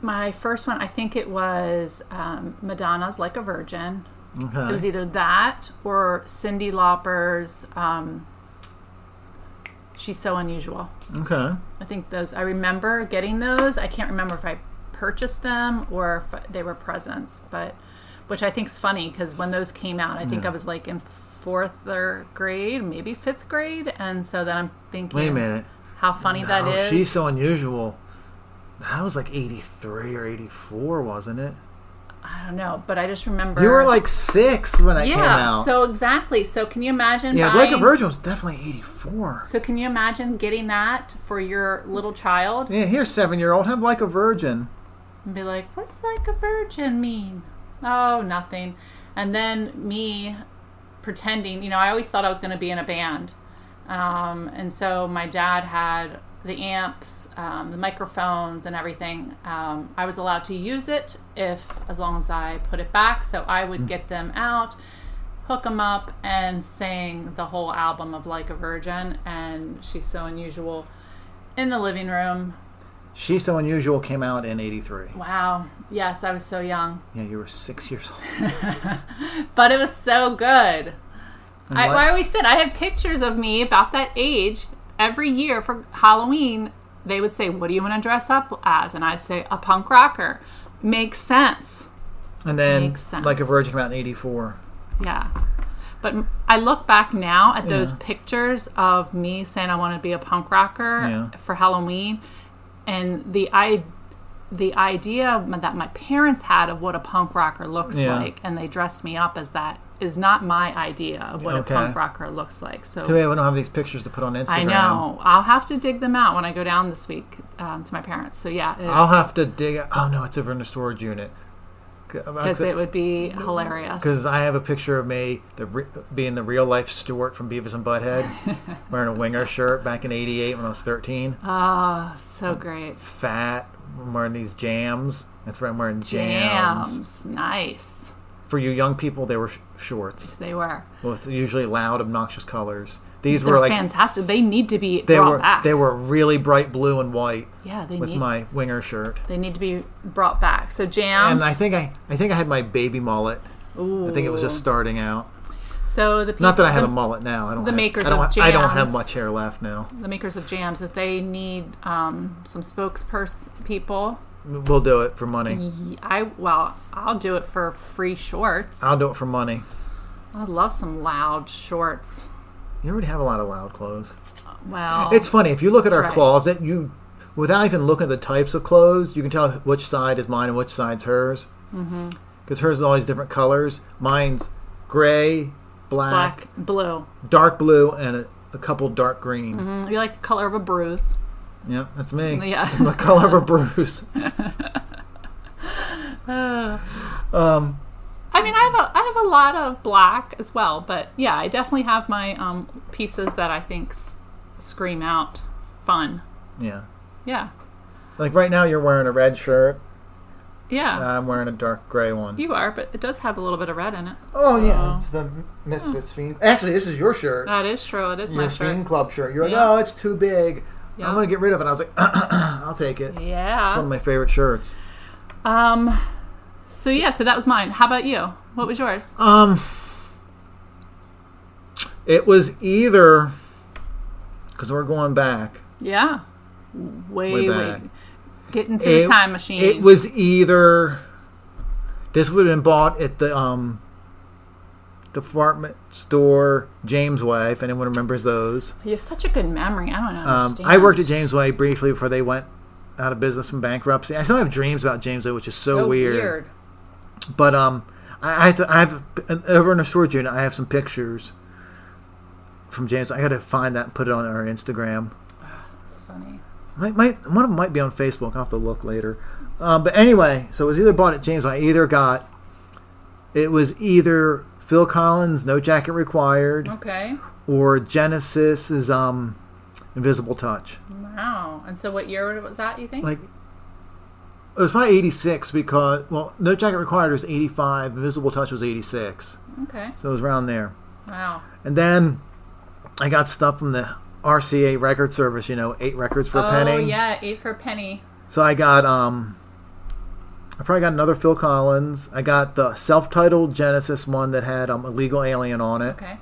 [SPEAKER 1] my first one, I think it was um, Madonna's "Like a Virgin." It was
[SPEAKER 2] okay.
[SPEAKER 1] either that or Cindy Lauper's um, "She's So Unusual."
[SPEAKER 2] okay
[SPEAKER 1] I think those. I remember getting those. I can't remember if I purchased them or if they were presents, but which I think is funny because when those came out, I think I was like in fourth or grade, maybe fifth grade, and so then I'm thinking,
[SPEAKER 2] wait a minute
[SPEAKER 1] how funny that
[SPEAKER 2] Oh,
[SPEAKER 1] is.
[SPEAKER 2] she's so unusual. That was like eighty three or eighty four, wasn't it?
[SPEAKER 1] I don't know, but I just remember
[SPEAKER 2] You were like six when that
[SPEAKER 1] yeah.
[SPEAKER 2] came out.
[SPEAKER 1] So exactly. So can you imagine?
[SPEAKER 2] yeah,
[SPEAKER 1] buying,
[SPEAKER 2] Blake of Virgin was definitely eighty four.
[SPEAKER 1] So can you imagine getting that for your little child
[SPEAKER 2] Yeah, here's seven year old. Have like a virgin.
[SPEAKER 1] and be like, "What's like a virgin mean?" Oh, nothing. And then me pretending, you know, I always thought I was going to be in a band, um, and so my dad had the amps, um, the microphones, and everything. Um, I was allowed to use it if, as long as I put it back. So I would get them out. Hook them up and sing the whole album of Like a Virgin, and she's so unusual in the living room.
[SPEAKER 2] She's so unusual came out in eighty three.
[SPEAKER 1] Wow, yes, I was so young.
[SPEAKER 2] Yeah, you were six years old.
[SPEAKER 1] but it was so good. I,
[SPEAKER 2] what-
[SPEAKER 1] I always said I have pictures of me about that age every year for Halloween, they would say, What do you want to dress up as? And I'd say, A punk rocker. Makes sense.
[SPEAKER 2] And then,
[SPEAKER 1] Makes sense.
[SPEAKER 2] like a Virgin came out in '84.
[SPEAKER 1] Yeah. But m- I look back now at those pictures of me saying I want to be a punk rocker
[SPEAKER 2] Yeah.
[SPEAKER 1] for Halloween and the I the idea that my parents had of what a punk rocker looks
[SPEAKER 2] Yeah.
[SPEAKER 1] like and they dressed me up as that is not my idea of what
[SPEAKER 2] Okay.
[SPEAKER 1] a punk rocker looks like. So
[SPEAKER 2] Too bad we don't have these pictures to put on Instagram.
[SPEAKER 1] I know. I'll have to dig them out when I go down this week um, to my parents. So yeah,
[SPEAKER 2] I'll have to dig. Oh no, it's over in the storage unit. uh,
[SPEAKER 1] because it, would be hilarious.
[SPEAKER 2] Because I have a picture of me the re- being the real life Stuart from Beavis and
[SPEAKER 1] (laughs)
[SPEAKER 2] Butthead, wearing a winger shirt back in '88 when I was 13.
[SPEAKER 1] Oh, so great.
[SPEAKER 2] Fat, I'm wearing these jams. That's right, I'm wearing jams.
[SPEAKER 1] Jams. Nice.
[SPEAKER 2] For you young people, they were sh- shorts
[SPEAKER 1] They were.
[SPEAKER 2] with usually loud, obnoxious colors. These
[SPEAKER 1] They're
[SPEAKER 2] were like
[SPEAKER 1] fantastic. They need to be
[SPEAKER 2] they
[SPEAKER 1] brought
[SPEAKER 2] were
[SPEAKER 1] back.
[SPEAKER 2] they were really bright blue and white
[SPEAKER 1] yeah, they
[SPEAKER 2] with
[SPEAKER 1] need
[SPEAKER 2] my winger shirt.
[SPEAKER 1] they need to be brought back. So jams.
[SPEAKER 2] And I think I I think I had my baby mullet. I think it was just
[SPEAKER 1] Ooh.
[SPEAKER 2] starting out.
[SPEAKER 1] so the people,
[SPEAKER 2] Not that I have
[SPEAKER 1] the,
[SPEAKER 2] a mullet now. I don't.
[SPEAKER 1] the
[SPEAKER 2] have,
[SPEAKER 1] makers
[SPEAKER 2] I don't,
[SPEAKER 1] of
[SPEAKER 2] ha- I don't have
[SPEAKER 1] jams.
[SPEAKER 2] much hair left now.
[SPEAKER 1] the makers of jams if they need um, some spokesperson people.
[SPEAKER 2] We'll do it for money.
[SPEAKER 1] y- I well, I'll do it for free shorts.
[SPEAKER 2] I'll do it for money.
[SPEAKER 1] I love some loud shorts.
[SPEAKER 2] You already have a lot of loud clothes.
[SPEAKER 1] Well,
[SPEAKER 2] It's funny if you look at
[SPEAKER 1] That's
[SPEAKER 2] our
[SPEAKER 1] right.
[SPEAKER 2] closet, you without even looking at the types of clothes, you can tell which side is mine and which side's hers.
[SPEAKER 1] Mm-hmm.
[SPEAKER 2] Because hers is always different colors. Mine's gray, black,
[SPEAKER 1] black, blue.
[SPEAKER 2] dark blue, and a, a couple dark green.
[SPEAKER 1] Mm, You like the color of a bruise.
[SPEAKER 2] Yeah, that's me.
[SPEAKER 1] (laughs) Yeah.
[SPEAKER 2] the color of a bruise.
[SPEAKER 1] I mean, I have a I have a lot of black as well, but yeah, I definitely have my um, pieces that I think s- scream out fun.
[SPEAKER 2] Yeah.
[SPEAKER 1] Yeah,
[SPEAKER 2] Like right now, you're wearing a red shirt.
[SPEAKER 1] yeah,
[SPEAKER 2] and I'm wearing a dark gray one.
[SPEAKER 1] you are, but it does have a little bit of red in it.
[SPEAKER 2] Oh yeah, it's the Misfits Fiend. Actually, this is your shirt,
[SPEAKER 1] That is true. It is
[SPEAKER 2] your
[SPEAKER 1] my shirt.
[SPEAKER 2] Fiend Club shirt. You're like,
[SPEAKER 1] Yeah.
[SPEAKER 2] oh, it's too big.
[SPEAKER 1] Yeah.
[SPEAKER 2] I'm gonna get rid of it. I was like, (clears throat) I'll take it. It's one of
[SPEAKER 1] Yeah.
[SPEAKER 2] my favorite shirts.
[SPEAKER 1] Um. So yeah, so that was mine. How about you? What was yours?
[SPEAKER 2] Um, it was either because we're going back.
[SPEAKER 1] yeah. Way
[SPEAKER 2] Way
[SPEAKER 1] way.
[SPEAKER 2] back.
[SPEAKER 1] Get into
[SPEAKER 2] It-
[SPEAKER 1] the time machine.
[SPEAKER 2] It was either this would have been bought at the um department store James Way, if anyone remembers those.
[SPEAKER 1] you have such a good memory. I don't
[SPEAKER 2] Um,
[SPEAKER 1] understand.
[SPEAKER 2] I worked at James Way briefly before they went out of business from bankruptcy. I still have dreams about James Way, which is so,
[SPEAKER 1] So
[SPEAKER 2] weird. But um, I, I have to. I have an- over in the storage unit. I have some pictures from James. I got to find that and put it on our Instagram.
[SPEAKER 1] It's funny.
[SPEAKER 2] Might, might, one of them might be on Facebook. I'll have to look later. Um, but anyway, so it was either bought at James. I either got it was either Phil Collins, No Jacket Required,
[SPEAKER 1] Okay.
[SPEAKER 2] or Genesis's um, Invisible Touch.
[SPEAKER 1] Wow. And so, what year was that? You think?
[SPEAKER 2] like it was probably 86 because well no jacket required was 85 invisible touch was 86
[SPEAKER 1] okay.
[SPEAKER 2] so it was around there
[SPEAKER 1] Wow.
[SPEAKER 2] and then i got stuff from the rca record service you know eight records for a
[SPEAKER 1] Oh
[SPEAKER 2] penny
[SPEAKER 1] yeah, eight for a penny.
[SPEAKER 2] so i got um i probably got another phil collins i got the self-titled genesis one that had um, illegal alien on it
[SPEAKER 1] Okay.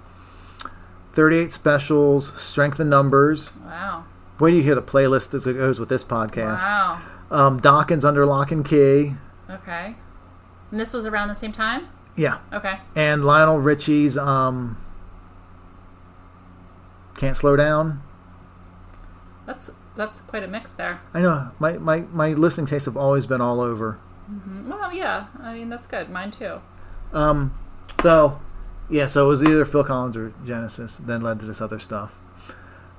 [SPEAKER 2] 38 specials strength in numbers
[SPEAKER 1] Wow.
[SPEAKER 2] where do you hear the playlist that goes with this podcast
[SPEAKER 1] Wow.
[SPEAKER 2] um, dawkins under lock and key
[SPEAKER 1] Okay. And this was around the same time?
[SPEAKER 2] yeah
[SPEAKER 1] Okay.
[SPEAKER 2] and Lionel Richie's um, "Can't Slow Down."
[SPEAKER 1] That's that's quite a mix there.
[SPEAKER 2] I know my, my, my listening tastes have always been all over.
[SPEAKER 1] Well, yeah. I mean, that's good. Mine too.
[SPEAKER 2] Um, so yeah, so it was either Phil Collins or Genesis, then led to this other stuff.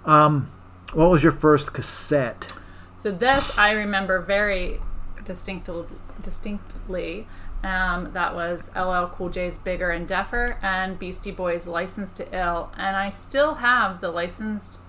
[SPEAKER 2] Um, what was your first cassette?
[SPEAKER 1] So this I remember very distinctly. Distinctly, um, that was LL Cool J's "Bigger and Deafer" and Beastie Boys' "Licensed to Ill," and I still have the "Licensed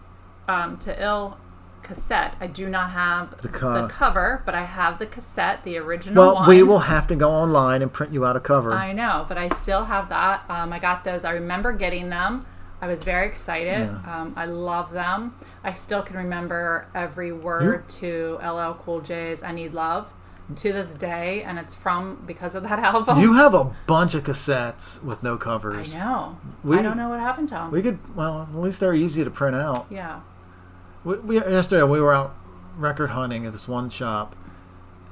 [SPEAKER 1] um, to Ill" cassette. I do not have the,
[SPEAKER 2] co-
[SPEAKER 1] cover, but I have the cassette, the original
[SPEAKER 2] Well,
[SPEAKER 1] one.
[SPEAKER 2] we will have to go online and print you out a cover.
[SPEAKER 1] I know, but I still have that. Um, I got those. I remember getting them. I was very excited. Um, I love them. I still can remember every word to LL Cool J's "I Need Love" to this day, and it's from because of that (laughs) album.
[SPEAKER 2] you have a bunch of cassettes with no
[SPEAKER 1] I
[SPEAKER 2] covers.
[SPEAKER 1] know.
[SPEAKER 2] We-
[SPEAKER 1] I don't know what happened to them.
[SPEAKER 2] We could well, at least they're easy to print out.
[SPEAKER 1] yeah.
[SPEAKER 2] We, we yesterday we were out record hunting at this one shop.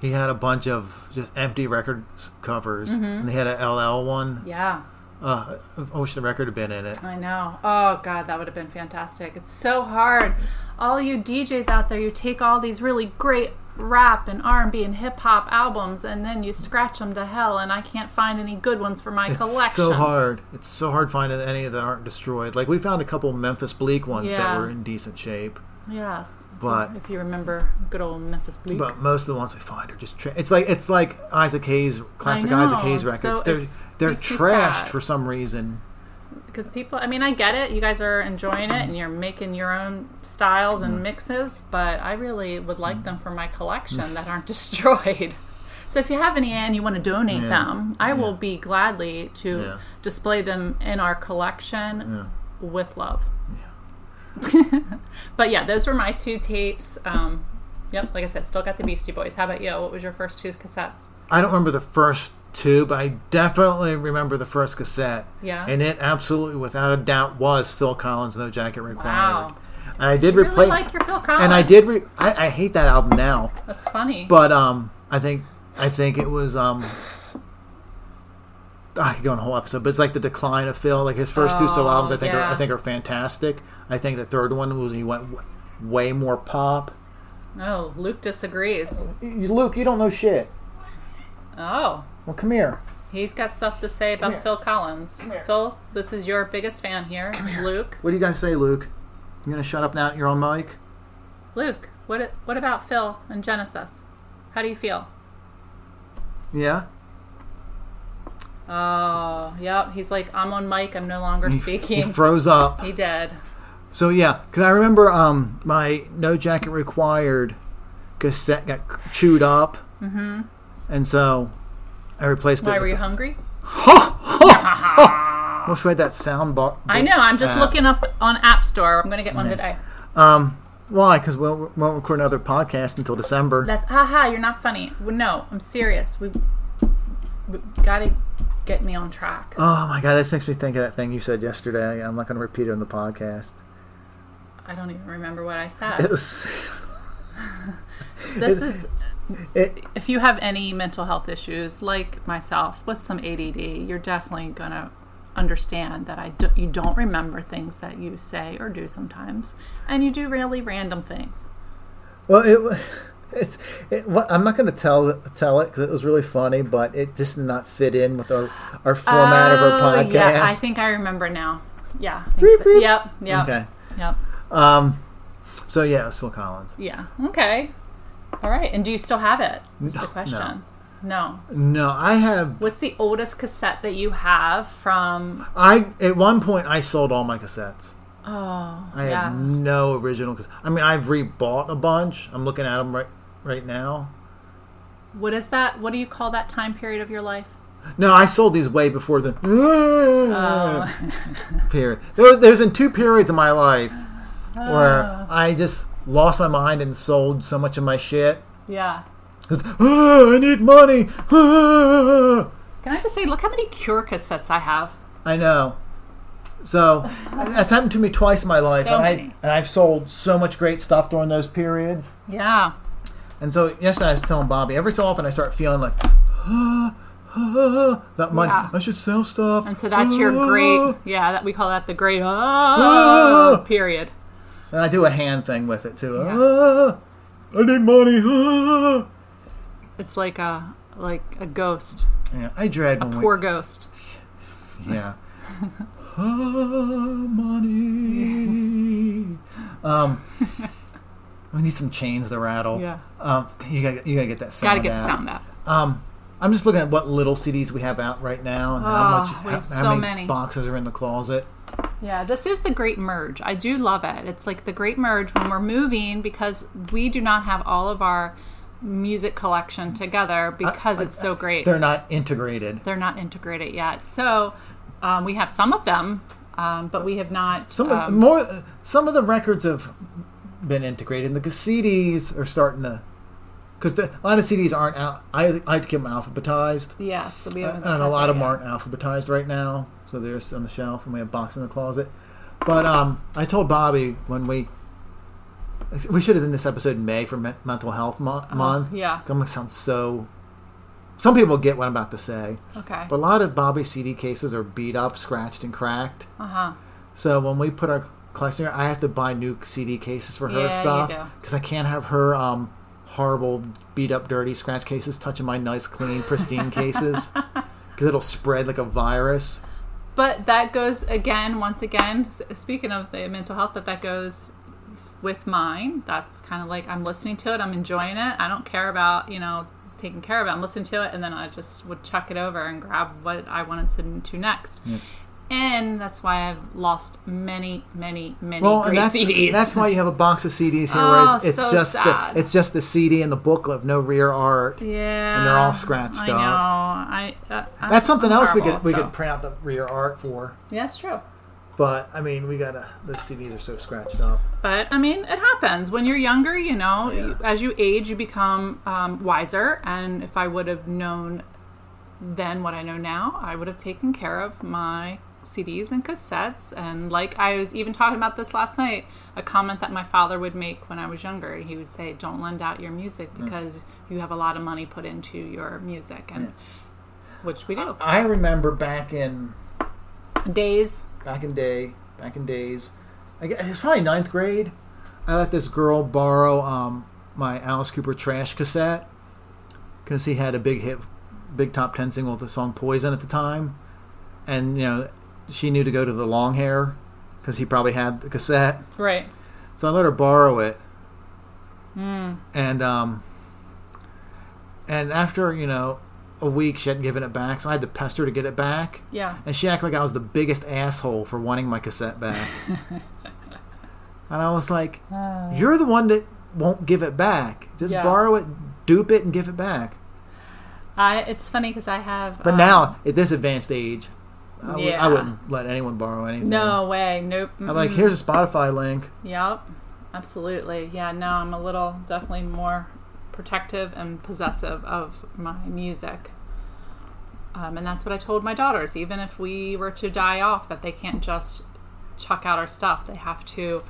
[SPEAKER 2] He had a bunch of just empty record s- covers,
[SPEAKER 1] Mm-hmm.
[SPEAKER 2] and they had an LL one.
[SPEAKER 1] Yeah,
[SPEAKER 2] Uh, I wish the record had been in it.
[SPEAKER 1] I know. Oh God, that would have been fantastic. It's so hard. All you DJs out there, you take all these really great rap and R&B and hip hop albums, and then you scratch them to hell. And I can't find any good ones for my
[SPEAKER 2] It's
[SPEAKER 1] collection.
[SPEAKER 2] so hard. It's so hard finding any that aren't destroyed. Like we found a couple Memphis Bleak ones
[SPEAKER 1] Yeah.
[SPEAKER 2] that were in decent shape,
[SPEAKER 1] Yes,
[SPEAKER 2] but
[SPEAKER 1] if you remember good old Memphis Bleak.
[SPEAKER 2] but most of the ones we find are just tra- it's like it's like Isaac Hayes classic
[SPEAKER 1] I know,
[SPEAKER 2] Isaac Hayes
[SPEAKER 1] so
[SPEAKER 2] records.
[SPEAKER 1] it's-
[SPEAKER 2] they're they're
[SPEAKER 1] makes me
[SPEAKER 2] trashed
[SPEAKER 1] sad.
[SPEAKER 2] for some reason.
[SPEAKER 1] because people i mean i get it you guys are enjoying it and you're making your own styles
[SPEAKER 2] Mm.
[SPEAKER 1] and mixes but i really would like them for my collection that aren't (laughs) destroyed so if you have any and you want to donate
[SPEAKER 2] Yeah.
[SPEAKER 1] them i will be gladly to
[SPEAKER 2] Yeah.
[SPEAKER 1] display them in our collection with love
[SPEAKER 2] Yeah.
[SPEAKER 1] but yeah those were my two tapes um, yep like i said still got the beastie boys how about you what was your first two cassettes
[SPEAKER 2] I don't remember the first two, but I definitely remember the first cassette.
[SPEAKER 1] Yeah.
[SPEAKER 2] And it absolutely, without a doubt, was Phil Collins' "No Jacket Required."
[SPEAKER 1] Wow.
[SPEAKER 2] And I did
[SPEAKER 1] You really
[SPEAKER 2] replace.
[SPEAKER 1] like your phil collins
[SPEAKER 2] and I did. Re- I, I hate that album now,
[SPEAKER 1] that's funny
[SPEAKER 2] but um, I think I think it was um. I could go on a whole episode, but it's like the decline of Phil. Like his first two solo
[SPEAKER 1] Oh,
[SPEAKER 2] albums, I think
[SPEAKER 1] yeah.
[SPEAKER 2] are, I think are fantastic. I think the third one was he went w- way more pop.
[SPEAKER 1] oh luke disagrees
[SPEAKER 2] You- Luke, you don't know shit.
[SPEAKER 1] oh
[SPEAKER 2] Well, come here.
[SPEAKER 1] He's got stuff to say about
[SPEAKER 2] here.
[SPEAKER 1] Phil Collins. Phil, this is your biggest fan here. Luke.
[SPEAKER 2] What do you guys say, Luke? You gonna shut up now? that You're on mic.
[SPEAKER 1] Luke, what what about Phil and Genesis? How do you feel?
[SPEAKER 2] Yeah.
[SPEAKER 1] Oh, yep. He's like, I'm on mic. I'm no
[SPEAKER 2] (laughs)
[SPEAKER 1] longer
[SPEAKER 2] He
[SPEAKER 1] speaking.
[SPEAKER 2] froze up.
[SPEAKER 1] He did.
[SPEAKER 2] So yeah, because I remember um my no jacket required cassette got chewed up, mm-hmm. and so I replaced
[SPEAKER 1] Why were
[SPEAKER 2] it. (laughs) With
[SPEAKER 1] you hungry?
[SPEAKER 2] I wish we had that sound bar.
[SPEAKER 1] I know. I'm just
[SPEAKER 2] Uh,
[SPEAKER 1] looking up on App Store. I'm gonna get one today.
[SPEAKER 2] Why? Because we won't won't record another podcast until December.
[SPEAKER 1] That's haha. You're not funny. Well, No, I'm serious. We, we gotta get me on track.
[SPEAKER 2] Oh my god, this makes me think of that thing you said yesterday. I'm not gonna repeat it on the podcast.
[SPEAKER 1] I don't even remember what I
[SPEAKER 2] It (laughs)
[SPEAKER 1] said.
[SPEAKER 2] was.
[SPEAKER 1] This is
[SPEAKER 2] (laughs) It,
[SPEAKER 1] if you have any mental health issues like myself with some ADD, you're definitely going to understand that I do, you don't remember things that you say or do sometimes, and you do really random things.
[SPEAKER 2] Well, it it's it, what I'm not going to tell tell it because it was really funny, but it just did not fit in with our our format of our
[SPEAKER 1] Oh,
[SPEAKER 2] podcast.
[SPEAKER 1] Yeah, I think I remember now. Yeah. I think so.
[SPEAKER 2] beep.
[SPEAKER 1] Yep. Yep.
[SPEAKER 2] Okay.
[SPEAKER 1] Yep.
[SPEAKER 2] Um. So yeah, it was Phil Collins.
[SPEAKER 1] Yeah. Okay. All right. And do you still have it? Is the question. No.
[SPEAKER 2] No, I have.
[SPEAKER 1] What's the oldest cassette that you have from?
[SPEAKER 2] I at one point I sold all my cassettes.
[SPEAKER 1] Oh,
[SPEAKER 2] I
[SPEAKER 1] yeah.
[SPEAKER 2] had no original. Cass- I mean, I've rebought a bunch. I'm looking at them right right now.
[SPEAKER 1] What is that? What do you call that time period of your life?
[SPEAKER 2] No, I sold these way before the
[SPEAKER 1] Oh.
[SPEAKER 2] (laughs) period. There was, there's been two periods in my life
[SPEAKER 1] Ah.
[SPEAKER 2] where I just lost my mind and sold so much of my shit.
[SPEAKER 1] Yeah.
[SPEAKER 2] 'Cause, "Ah, I need money. Ah."
[SPEAKER 1] Can I just say, look how many Cure cassettes I have.
[SPEAKER 2] I know.
[SPEAKER 1] (laughs)
[SPEAKER 2] So that's happened to me twice in my life,
[SPEAKER 1] So
[SPEAKER 2] and I
[SPEAKER 1] many.
[SPEAKER 2] and I've sold so much great stuff during those periods.
[SPEAKER 1] Yeah.
[SPEAKER 2] And so yesterday I was telling Bobby, every so often I start feeling like, (gasps) "Ah, ah, that money.
[SPEAKER 1] Yeah.
[SPEAKER 2] I should sell stuff.
[SPEAKER 1] And so that's your
[SPEAKER 2] Ah."
[SPEAKER 1] great, yeah, that we call that the great ah,
[SPEAKER 2] Ah.
[SPEAKER 1] period.
[SPEAKER 2] (gasps) And I do a hand thing with it too. Ah, (gasps) I need money. (gasps) Ah.
[SPEAKER 1] It's like a like a ghost,
[SPEAKER 2] Yeah, I dread when
[SPEAKER 1] poor ghost.
[SPEAKER 2] we. (laughs) Yeah. (sighs)
[SPEAKER 1] (laughs)
[SPEAKER 2] ah, money. um, we need some chains to rattle.
[SPEAKER 1] Yeah.
[SPEAKER 2] Um, you gotta you gotta get that sound.
[SPEAKER 1] Got to get the
[SPEAKER 2] out.
[SPEAKER 1] sound out.
[SPEAKER 2] Um, I'm just looking at what little CDs we have out right now and how
[SPEAKER 1] Oh,
[SPEAKER 2] much
[SPEAKER 1] we
[SPEAKER 2] how,
[SPEAKER 1] have so
[SPEAKER 2] how many,
[SPEAKER 1] many.
[SPEAKER 2] boxes are in the closet.
[SPEAKER 1] Yeah, this is the great merge. I do love it. It's like the great merge when we're moving because we do not have all of our music collection together because it's so great.
[SPEAKER 2] They're not integrated.
[SPEAKER 1] They're not integrated yet. So um, we have some of them, um, but we have not.
[SPEAKER 2] Some of,
[SPEAKER 1] um,
[SPEAKER 2] more some of the records have been integrated. And the CDs are starting to because a lot of CDs aren't out. I I keep them alphabetized,
[SPEAKER 1] Yes, so we haven't.
[SPEAKER 2] and a
[SPEAKER 1] had
[SPEAKER 2] lot
[SPEAKER 1] that
[SPEAKER 2] of them
[SPEAKER 1] yet.
[SPEAKER 2] aren't alphabetized right now. So they're just on the shelf, and we have boxes in the closet. But um, I told Bobby when we We should have done this episode in May for me- Mental Health Mo- Month.
[SPEAKER 1] Uh-huh, yeah.
[SPEAKER 2] I'm gonna sound so. Some people get what I'm about to say,
[SPEAKER 1] Okay.
[SPEAKER 2] but a lot of Bobby CD cases are beat up, scratched, and cracked.
[SPEAKER 1] Uh huh.
[SPEAKER 2] So when we put our collection, here, I have to buy new CD cases for her
[SPEAKER 1] Yeah, you
[SPEAKER 2] stuff
[SPEAKER 1] do.
[SPEAKER 2] because I can't have her um, horrible, beat up, dirty scratch cases touching my nice, clean,
[SPEAKER 1] (laughs)
[SPEAKER 2] pristine cases because it'll spread like a virus.
[SPEAKER 1] But that goes again, once again, s- speaking of the mental health, but that goes with mine. That's kind of like I'm listening to it, I'm enjoying it. I don't care about, you know, taking care of it. I'm listening to it, and then I just would chuck it over and grab what I wanted to to next. And that's why I've lost many, many, many
[SPEAKER 2] Well, and
[SPEAKER 1] great (laughs)
[SPEAKER 2] that's
[SPEAKER 1] CDs.
[SPEAKER 2] that's why you have a box of CDs here
[SPEAKER 1] Oh,
[SPEAKER 2] where it's, it's
[SPEAKER 1] so
[SPEAKER 2] just
[SPEAKER 1] sad.
[SPEAKER 2] the it's just the CD and the booklet of no rear art.
[SPEAKER 1] yeah,
[SPEAKER 2] and they're all scratched
[SPEAKER 1] I
[SPEAKER 2] up.
[SPEAKER 1] know. I uh, I'm-
[SPEAKER 2] That's something
[SPEAKER 1] I'm
[SPEAKER 2] else we could
[SPEAKER 1] horrible,
[SPEAKER 2] we
[SPEAKER 1] so.
[SPEAKER 2] could print out the rear art for.
[SPEAKER 1] Yeah, it's true.
[SPEAKER 2] But I mean, we gotta those CDs are so scratched up.
[SPEAKER 1] But I mean, it happens when you're younger. You know, you, as you age, you become um, wiser. And if I would have known then what I know now, I would have taken care of my CDs and cassettes. And like I was even talking about this last night, a comment that my father would make when I was younger. He would say, "Don't lend out your music
[SPEAKER 2] Mm.
[SPEAKER 1] because you have a lot of money put into your music," and which we do.
[SPEAKER 2] I remember back in
[SPEAKER 1] Days.
[SPEAKER 2] back in day, back in days. I guess, it's probably ninth grade. I let this girl borrow um, my Alice Cooper trash cassette because he had a big hit, big top ten single with the song "Poison" at the time, and you know she knew to go to the long hair because he probably had the cassette.
[SPEAKER 1] Right.
[SPEAKER 2] So I let her borrow it, and um, and after you know a week, she hadn't given it back, so I had to pester her to get it back.
[SPEAKER 1] Yeah.
[SPEAKER 2] And she acted like I was the biggest asshole for wanting my cassette
[SPEAKER 1] (laughs)
[SPEAKER 2] back. and I was like, You're the one that won't give it back. Just
[SPEAKER 1] Yeah.
[SPEAKER 2] borrow it, dupe it, and give it back.
[SPEAKER 1] I. It's funny because I have.
[SPEAKER 2] But
[SPEAKER 1] um,
[SPEAKER 2] now, at this advanced age, I would-
[SPEAKER 1] Yeah.
[SPEAKER 2] I wouldn't let anyone borrow anything.
[SPEAKER 1] No way. Nope.
[SPEAKER 2] I'm like, Here's a Spotify link.
[SPEAKER 1] Yep, absolutely. Yeah, no, I'm a little definitely more protective and possessive of my music. Um, and that's what I told my daughters. Even if we were to die off, that they can't just chuck out our stuff, they have to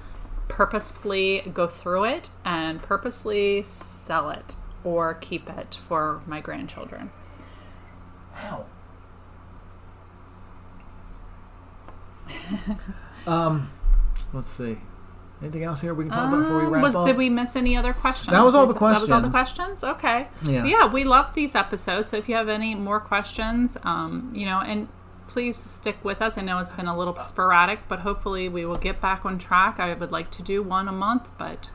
[SPEAKER 1] purposefully go through it and purposely sell it or keep it for my grandchildren.
[SPEAKER 2] Ow. um, let's see. Anything else here we can talk about Uh, before we
[SPEAKER 1] Um,
[SPEAKER 2] wrap
[SPEAKER 1] was,
[SPEAKER 2] up?
[SPEAKER 1] Did we miss any other questions?
[SPEAKER 2] That was all the
[SPEAKER 1] That was all the questions. Okay.
[SPEAKER 2] Yeah.
[SPEAKER 1] we love these episodes. So if you have any more questions, um, you know, and please stick with us. I know it's been a little sporadic, but hopefully we will get back on track. I would like to do one a month, but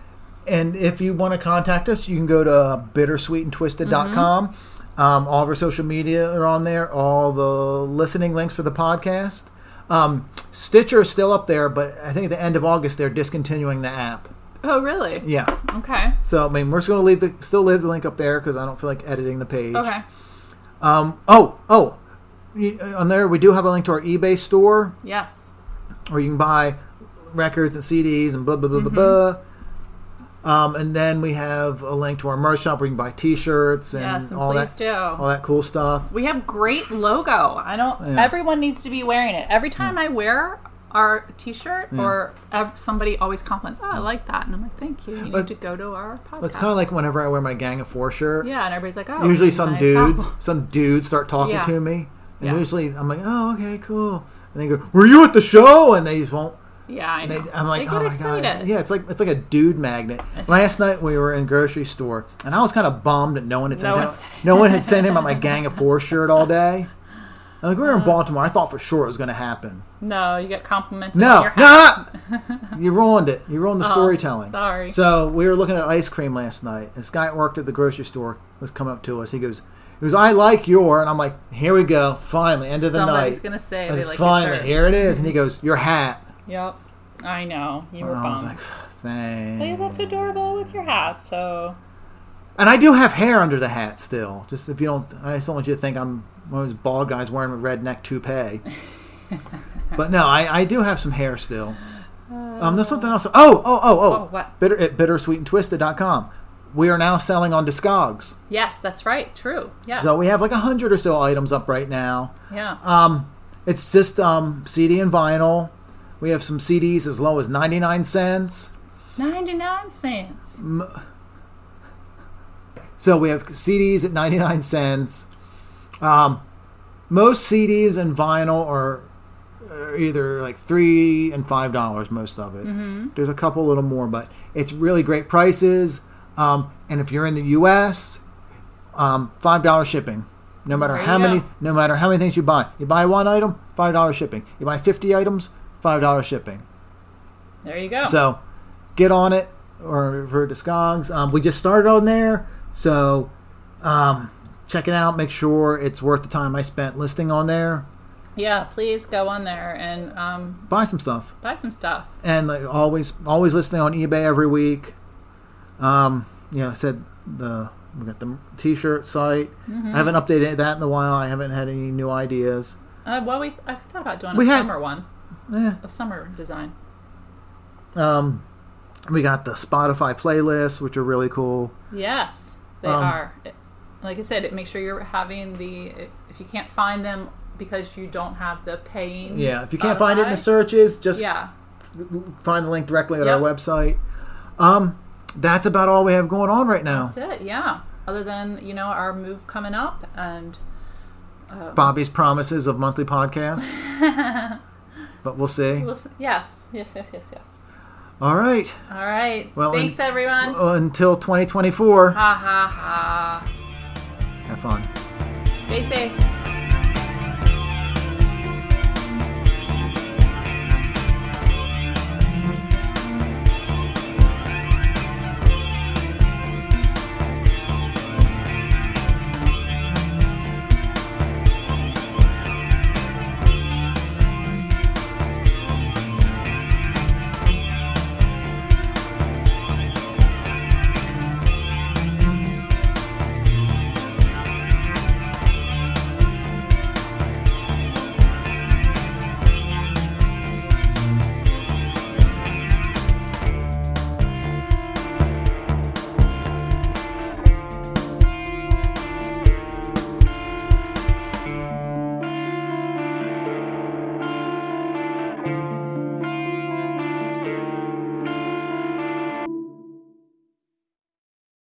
[SPEAKER 2] And if you want to contact us, you can go to bittersweetandtwisted.com. Um, all of our social media are on there, all the listening links for the podcast. Um, Stitcher is still up there, but I think at the end of August they're discontinuing the app.
[SPEAKER 1] oh, really?
[SPEAKER 2] Yeah.
[SPEAKER 1] Okay.
[SPEAKER 2] So I mean, we're just gonna leave the still leave the link up there because I don't feel like editing the page.
[SPEAKER 1] Okay.
[SPEAKER 2] Oh, oh, you- on there we do have a link to our eBay store.
[SPEAKER 1] Yes.
[SPEAKER 2] where you can buy records and CDs and blah blah blah
[SPEAKER 1] Mm-hmm.
[SPEAKER 2] blah blah. Um, and then we have a link to our merch shop where you can buy T-shirts and,
[SPEAKER 1] Yes, and
[SPEAKER 2] all
[SPEAKER 1] please
[SPEAKER 2] that,
[SPEAKER 1] do.
[SPEAKER 2] all that cool stuff.
[SPEAKER 1] We have great logo. I don't.
[SPEAKER 2] Yeah.
[SPEAKER 1] Everyone needs to be wearing it. Every time I wear our T-shirt, or ev- somebody always compliments, "Oh, I like that," and I'm like, "Thank you. You need
[SPEAKER 2] But-
[SPEAKER 1] to go to our podcast."
[SPEAKER 2] It's kind of like whenever I wear my Gang of Four shirt.
[SPEAKER 1] yeah, and everybody's like, "Oh."
[SPEAKER 2] Usually, some
[SPEAKER 1] nice (laughs)
[SPEAKER 2] dudes,
[SPEAKER 1] apple."
[SPEAKER 2] some dudes start talking
[SPEAKER 1] Yeah.
[SPEAKER 2] to me, and
[SPEAKER 1] Yeah.
[SPEAKER 2] usually I'm like, "Oh, okay, cool." And they go, "Were you at the show?" And they just won't.
[SPEAKER 1] Yeah, I
[SPEAKER 2] They,
[SPEAKER 1] know.
[SPEAKER 2] I'm like,
[SPEAKER 1] They
[SPEAKER 2] "Oh
[SPEAKER 1] get
[SPEAKER 2] my god!"
[SPEAKER 1] excited.
[SPEAKER 2] Yeah, it's like it's like a dude magnet. Last night we were in a grocery store, and I was kind of bummed that no one had
[SPEAKER 1] No
[SPEAKER 2] sent him.
[SPEAKER 1] one said- (laughs)
[SPEAKER 2] No one had sent him on my Gang of Four shirt all day. I'm like we
[SPEAKER 1] Uh.
[SPEAKER 2] were in Baltimore. I thought for sure it was going to happen.
[SPEAKER 1] No, you get complimented. on
[SPEAKER 2] No,
[SPEAKER 1] your hat. (laughs)
[SPEAKER 2] no, you ruined it. You ruined the storytelling.
[SPEAKER 1] sorry.
[SPEAKER 2] So we were looking at ice cream last night. This guy at worked at the grocery store was coming up to us. He goes, "He goes, I like your," and I'm like, "Here we go, finally, end of the
[SPEAKER 1] Somebody's
[SPEAKER 2] night."
[SPEAKER 1] gonna say
[SPEAKER 2] I was
[SPEAKER 1] they like
[SPEAKER 2] like,
[SPEAKER 1] your
[SPEAKER 2] finally,
[SPEAKER 1] shirt.
[SPEAKER 2] here it is. And he goes, "Your hat."
[SPEAKER 1] Yep, I know. You were
[SPEAKER 2] And I was
[SPEAKER 1] bummed.
[SPEAKER 2] like, "Mm."
[SPEAKER 1] But you
[SPEAKER 2] "Thanks."
[SPEAKER 1] looked adorable with your hat, so
[SPEAKER 2] And I do have hair under the hat still. Just if you don't, I just don't want you to think I'm one of those bald guys wearing a redneck (laughs) toupee. but no, I, I do have some hair still. Um, there's something else. Oh, oh, oh, oh.
[SPEAKER 1] Oh, what?
[SPEAKER 2] Bitter at bittersweetandtwisted.com. We are now selling on Discogs,
[SPEAKER 1] yes, that's right. True. Yeah.
[SPEAKER 2] so we have like a hundred or so items up right now.
[SPEAKER 1] yeah.
[SPEAKER 2] Um, it's just um CD and vinyl. We have some CDs as low as ninety nine cents.
[SPEAKER 1] 99 cents.
[SPEAKER 2] Mm. So we have CDs at 99 cents. Um, most CDs and vinyl are, are either like three and five dollars. Most of it.
[SPEAKER 1] Mm-hmm.
[SPEAKER 2] There's a couple little more, but it's really great prices. Um, and if you're in the U.S., um, five dollar shipping. No matter
[SPEAKER 1] There
[SPEAKER 2] how
[SPEAKER 1] you
[SPEAKER 2] many,
[SPEAKER 1] go.
[SPEAKER 2] no matter how many things you buy, you buy one item, five dollar shipping. You buy 50 items, five dollar shipping.
[SPEAKER 1] There you go.
[SPEAKER 2] So get on it or for Discogs. Um, we just started on there, so um, check it out. Make sure it's worth the time I spent listing on there.
[SPEAKER 1] yeah, please go on there and um,
[SPEAKER 2] Buy some stuff,
[SPEAKER 1] buy some stuff.
[SPEAKER 2] and like, always always listing on eBay every week. Um, you know, I said the we got the T-shirt site.
[SPEAKER 1] Mm-hmm.
[SPEAKER 2] I haven't updated that in a while. I haven't had any new ideas.
[SPEAKER 1] Uh, well, we I thought about doing
[SPEAKER 2] We
[SPEAKER 1] a
[SPEAKER 2] had-
[SPEAKER 1] summer one,
[SPEAKER 2] Eh,
[SPEAKER 1] a summer design.
[SPEAKER 2] um, we got the Spotify playlists, which are really cool.
[SPEAKER 1] Yes, they
[SPEAKER 2] Um,
[SPEAKER 1] are. It- Like I said, it, make sure you're having the. If you can't find them because you don't have the paying.
[SPEAKER 2] Yeah, if you can't find it in the
[SPEAKER 1] Spotify,
[SPEAKER 2] searches, just
[SPEAKER 1] Yeah,
[SPEAKER 2] find the link directly at
[SPEAKER 1] Yep.
[SPEAKER 2] our website. Um, that's about all we have going on right now.
[SPEAKER 1] that's it. Yeah. Other than you know our move coming up and
[SPEAKER 2] Bobby's promises of monthly podcasts. but we'll see.
[SPEAKER 1] Well, yes, yes, yes, yes, yes.
[SPEAKER 2] All right.
[SPEAKER 1] All right.
[SPEAKER 2] Well,
[SPEAKER 1] Thanks,
[SPEAKER 2] and-
[SPEAKER 1] everyone.
[SPEAKER 2] Until 2024,
[SPEAKER 1] ha ha ha.
[SPEAKER 2] have fun.
[SPEAKER 1] Stay safe.